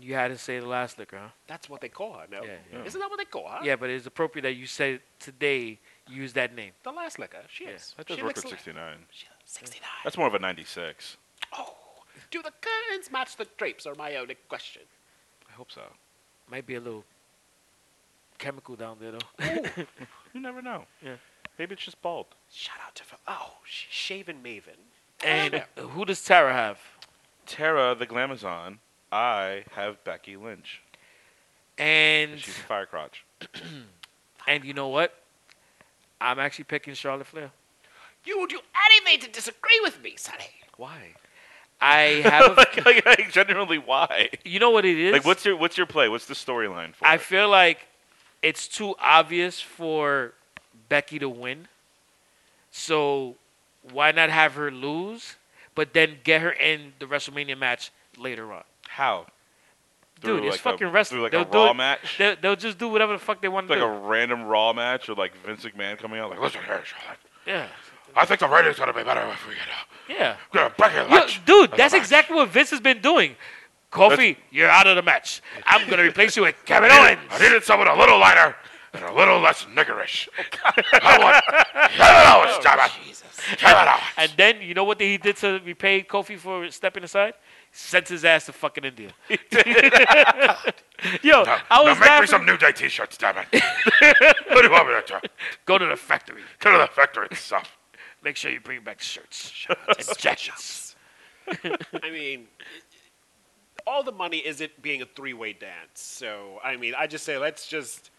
You had to say the last liquor, huh?
That's what they call her. No,
Yeah,
yeah.
isn't that what they call her?
Yeah, but it's appropriate that you said today use that name.
The last liquor. She
Yeah,
is.
That does
she
work
looks
at
like-
69.
She, 69.
That's more of a 96.
Oh, do the curtains match the drapes? Are my only question.
I hope so.
Might be a little chemical down there though.
You never know.
Yeah.
Maybe it's just bald.
Shout out to Fel- oh, sh- Shaven Maven.
And who does Tara have?
Tara the Glamazon. I have Becky Lynch.
And
She's a fire crotch.
and you know what? I'm actually picking Charlotte Flair.
You would do anything to disagree with me, Sonny.
Why?
I have. A,
like, like, like, generally, why?
you know what it is?
Like, what's your what's your play? What's the storyline for?
I
it?
feel like it's too obvious for Becky to win. So why not have her lose, but then get her in the WrestleMania match later on?
How?
Dude, it's
like,
fucking
a,
wrestling.
Through like
they'll
a
do
raw
it-
match.
They'll, they'll just do whatever the fuck they want to
like
do.
a random Raw match or like Vince McMahon coming out like, listen here, Charlotte.
yeah,
I think the ratings gonna be better if we get a
yeah.
get a Becky
Yo,
Lynch.
dude,
as a
that's
match."
exactly what Vince has been doing. Kofi, you're out of the match. I'm gonna replace you with Kevin Owens.
I needed someone a little lighter and a little less niggerish. I want Kevin Owens, damn it. Kevin Owens.
And then you know what he did to repay Kofi for stepping aside? Sent his ass to fucking India. Yo, I
Now
was
make me
laughing.
some New Day T-shirts, damn it. what do you want me to do?
Go to the factory.
Go to the factory itself.
Make sure you bring back shirts and jackets.
I mean, all the money isn't being a three-way dance. So I mean, I just say let's just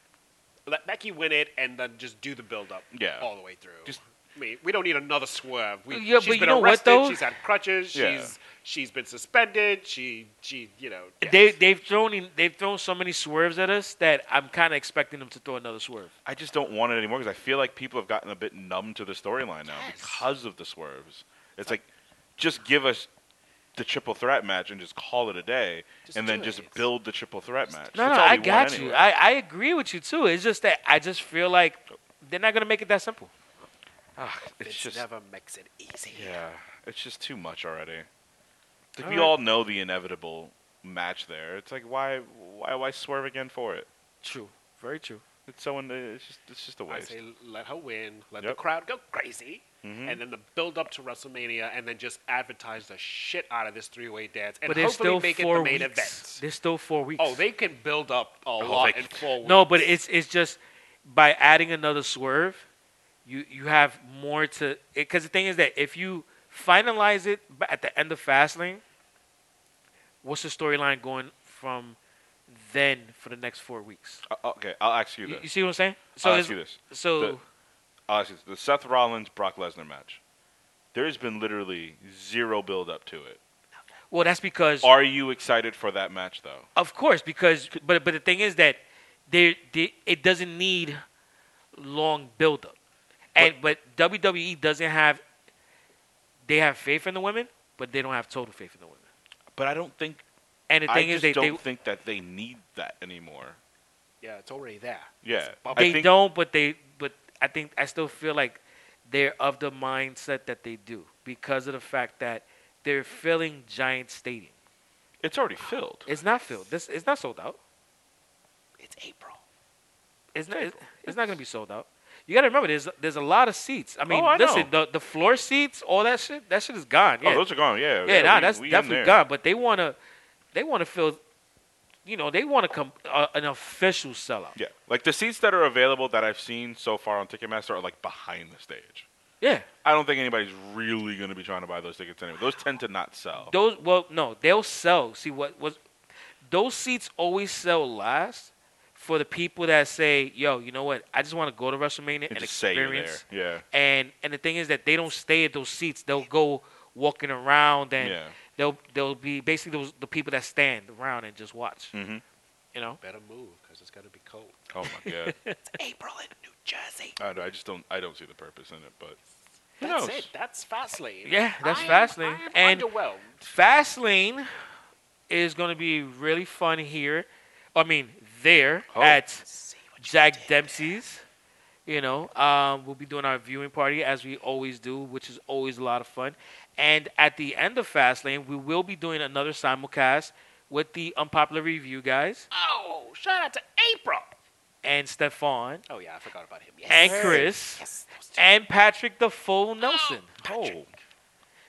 let Becky win it and then just do the build-up
Yeah.
all the way through.
Just-
I mean, we don't need another swerve. We,
Yeah,
she's
but you
been
know what,
arrested,
though?
She's had crutches.
Yeah.
She's she's been suspended. She she you know. yeah.
They they've thrown in, they've thrown so many swerves at us that I'm kind of expecting them to throw another swerve.
I just don't want it anymore because I feel like people have gotten a bit numb to the storyline now
Yes.
because of the swerves. It's like, just give us the triple threat match and just call it a day,
Just
and then
do it.
just
It's-
build the triple threat match.
No,
That's
no,
all
I
we want
got you.
anyway.
I, I agree with you too. It's just that I just feel like they're not gonna make it that simple.
Ah, it's
Vince
just
never makes it easy.
yeah, it's just too much already. Like
All
we
right.
all know the inevitable match there. It's like why why why swerve again for it?
True, very true.
It's so in- it's just it's just a
I
waste.
say let her win, let
Yep.
the crowd go crazy, and then the build up to WrestleMania, and then just advertise the shit out of this three way dance, and
But there's
hopefully
still
make it
four
the main
weeks.
event.
There's still four weeks.
Oh, they can build up a lot
they-
in four
No,
weeks.
but it's it's just by adding another swerve, you you have more to because the thing is that if you finalize it b- at the end of Fastlane, what's the storyline going from then for the next four weeks.
Uh, okay, I'll ask you
You,
this.
you see what I'm saying? So
I'll
it's-
ask you this.
So
The- I'll ask you this. The Seth Rollins Brock Lesnar match. There's been literally zero build up to it.
well, that's because
Are you excited for that match though?
Of course, because but but the thing is that there there- it doesn't need long buildup, and but WWE doesn't have they have faith in the women, but they don't have total faith in the women.
But I don't think
And the
I
thing
just
is they
don't
they,
think that they need that anymore.
Yeah, it's already there.
Yeah. I
they
think
don't, but they but I think I still feel like they're of the mindset that they do because of the fact that they're filling Giant Stadium.
it's already filled.
It's not filled. This it's not sold out.
It's April.
It's not. It's, not gonna be sold out. You gotta remember, there's there's a lot of seats. I mean,
Oh, I
listen, the the floor seats, all that shit, that shit is gone. Yeah,
Oh, those are gone. Yeah.
yeah, nah,
we-
that's
we in
definitely
there.
gone. But they wanna, they wanna feel, you know, they wanna come uh, an official sellout.
Yeah. Like the seats that are available that I've seen so far on Ticketmaster are like behind the stage.
Yeah,
I don't think anybody's really going to be trying to buy those tickets anyway. Those tend to not sell.
those. Well, no, they'll sell. See what was, those seats always sell last for the people that say, yo, you know what, I just wanna go to WrestleMania and,
And just say you're
experience.
there. Yeah.
And and the thing is that they don't stay at those seats. They'll go walking around and
Yeah.
they'll they'll be basically those the people that stand around and just watch.
Mm-hmm.
You know.
Better move because it's going to be cold.
Oh my god.
It's April in New Jersey.
I, don't- I just don't. I don't see the purpose in it. But who
That's
knows?
it. That's Fastlane.
Yeah, that's
I'm-
Fastlane.
I'm
And-
underwhelmed.
Fastlane is going to be really fun here. I mean, there
Oh.
at
See what you
Jack
did there.
Dempsey's. You know, um, we'll be doing our viewing party as we always do, which is always a lot of fun. And at the end of Fastlane, we will be doing another simulcast with the unpopular review guys
Oh, shout out to April.
and Stefan
Oh yeah, I forgot about him. Yes.
and Chris
Yes. Oh. those two.
and Patrick the Full Nelson.
Patrick.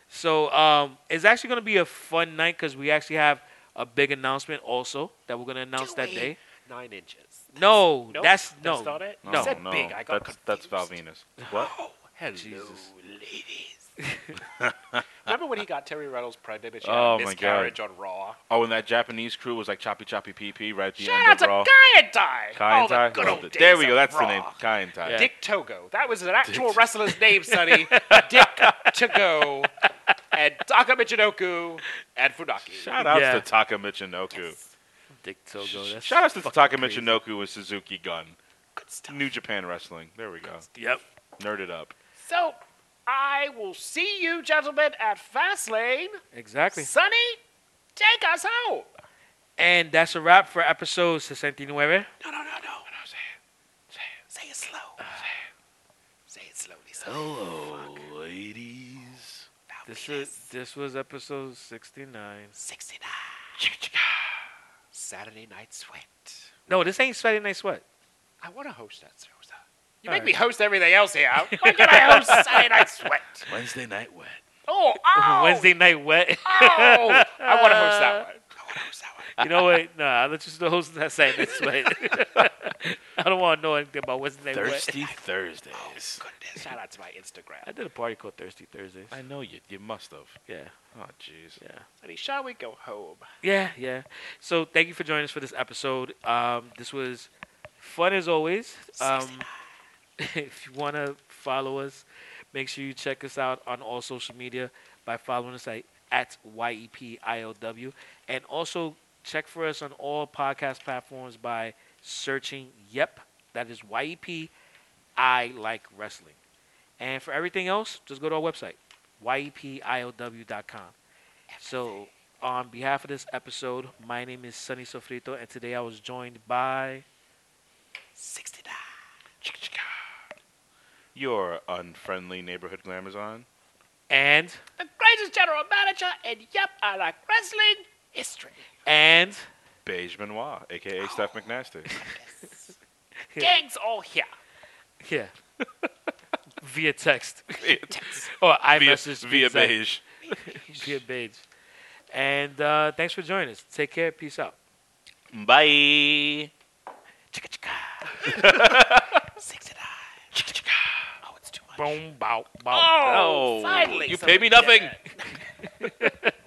So um, it's actually going to be a fun night because we actually have a big announcement also that we're going to announce
Do
that
we?
day.
Nine inches.
No,
Nope,
that's no.
that's not it?
No,
No.
You said
no,
big, I got
that's that's Val
confused.
Venus. What?
Oh, hello,
Jesus.
ladies. Remember when he got Terry Reynolds pregnant and she
Oh,
had a
my God.
miscarriage on Raw?
Oh, and that Japanese crew was like choppy choppy pee pee right at the
Shout
end
out
of
to
Raw.
Guy and Tai.
Kai
oh,
and
the
Tai.
good
Loved
old
it.
days
There we go.
of
That's
Raw.
the name. Kai and Tai.
Yeah.
Dick Togo. That was an actual wrestler's name, Sonny. Dick Togo and Taka Michinoku and Funaki.
Shout out
Yeah.
to Taka Michinoku.
Dick
Oh,
Togo. That's
Shout out to Taka
crazy.
Michinoku with Suzuki Gun.
Good stuff.
New Japan Wrestling. There we go.
Yep.
Nerd it up.
So I will see you, gentlemen, at Fastlane.
Exactly.
Sonny, take us home.
And that's a wrap for episode 69.
No, no, no, no. no say it. Say it. Say it slow. Say it slowly. Sonny.
Hello, ladies.
Now
This
be
is this was episode 69.
69. Saturday Night Sweat.
No, this ain't Saturday Night Sweat.
I want to host that, Sosa. You
All
make
right.
me host everything else here. Why can't I host Saturday Night Sweat?
Wednesday night wet.
Oh, oh
Wednesday Night Wet.
Oh, I want to host that one. I want to host that one.
you know what? Nah, I'll let you still host that Saturday Night Sweat. I don't want to know anything about Wednesday Night Wet.
Thursdays.
Goodness, shout out to my Instagram.
I did a party called Thirsty Thursdays.
Oh, I know you. You must have.
Yeah.
Oh, jeez.
Yeah.
Sonny, shall we go home?
Yeah, yeah. So thank you for joining us for this episode. Um, this was fun as always. Um, if you want to follow us, make sure you check us out on all social media by following us at, at E YEPILW. And also check for us on all podcast platforms by searching YEP. That is YEP, I Like Wrestling. And for everything else, just go to our website, E YEPILW.com. So, on behalf of this episode, my name is Sunny Sofrito, and today I was joined by.
69.
Your unfriendly neighborhood glamazon.
And.
The greatest general manager in Yep, I Like Wrestling history.
And.
Beige Benoit, aka Steph McNasty.
Gangs all here.
Yeah. via text.
via
Or
via,
iMessage.
via
exact-
beige.
Via beige. And uh, thanks for joining us. Take care. Peace out.
Bye.
Chicka chicka. 69. Oh, it's too much.
Boom, bow, bow.
Oh,
Oh,
finally.
you
somebody
paid me
did
nothing.
it.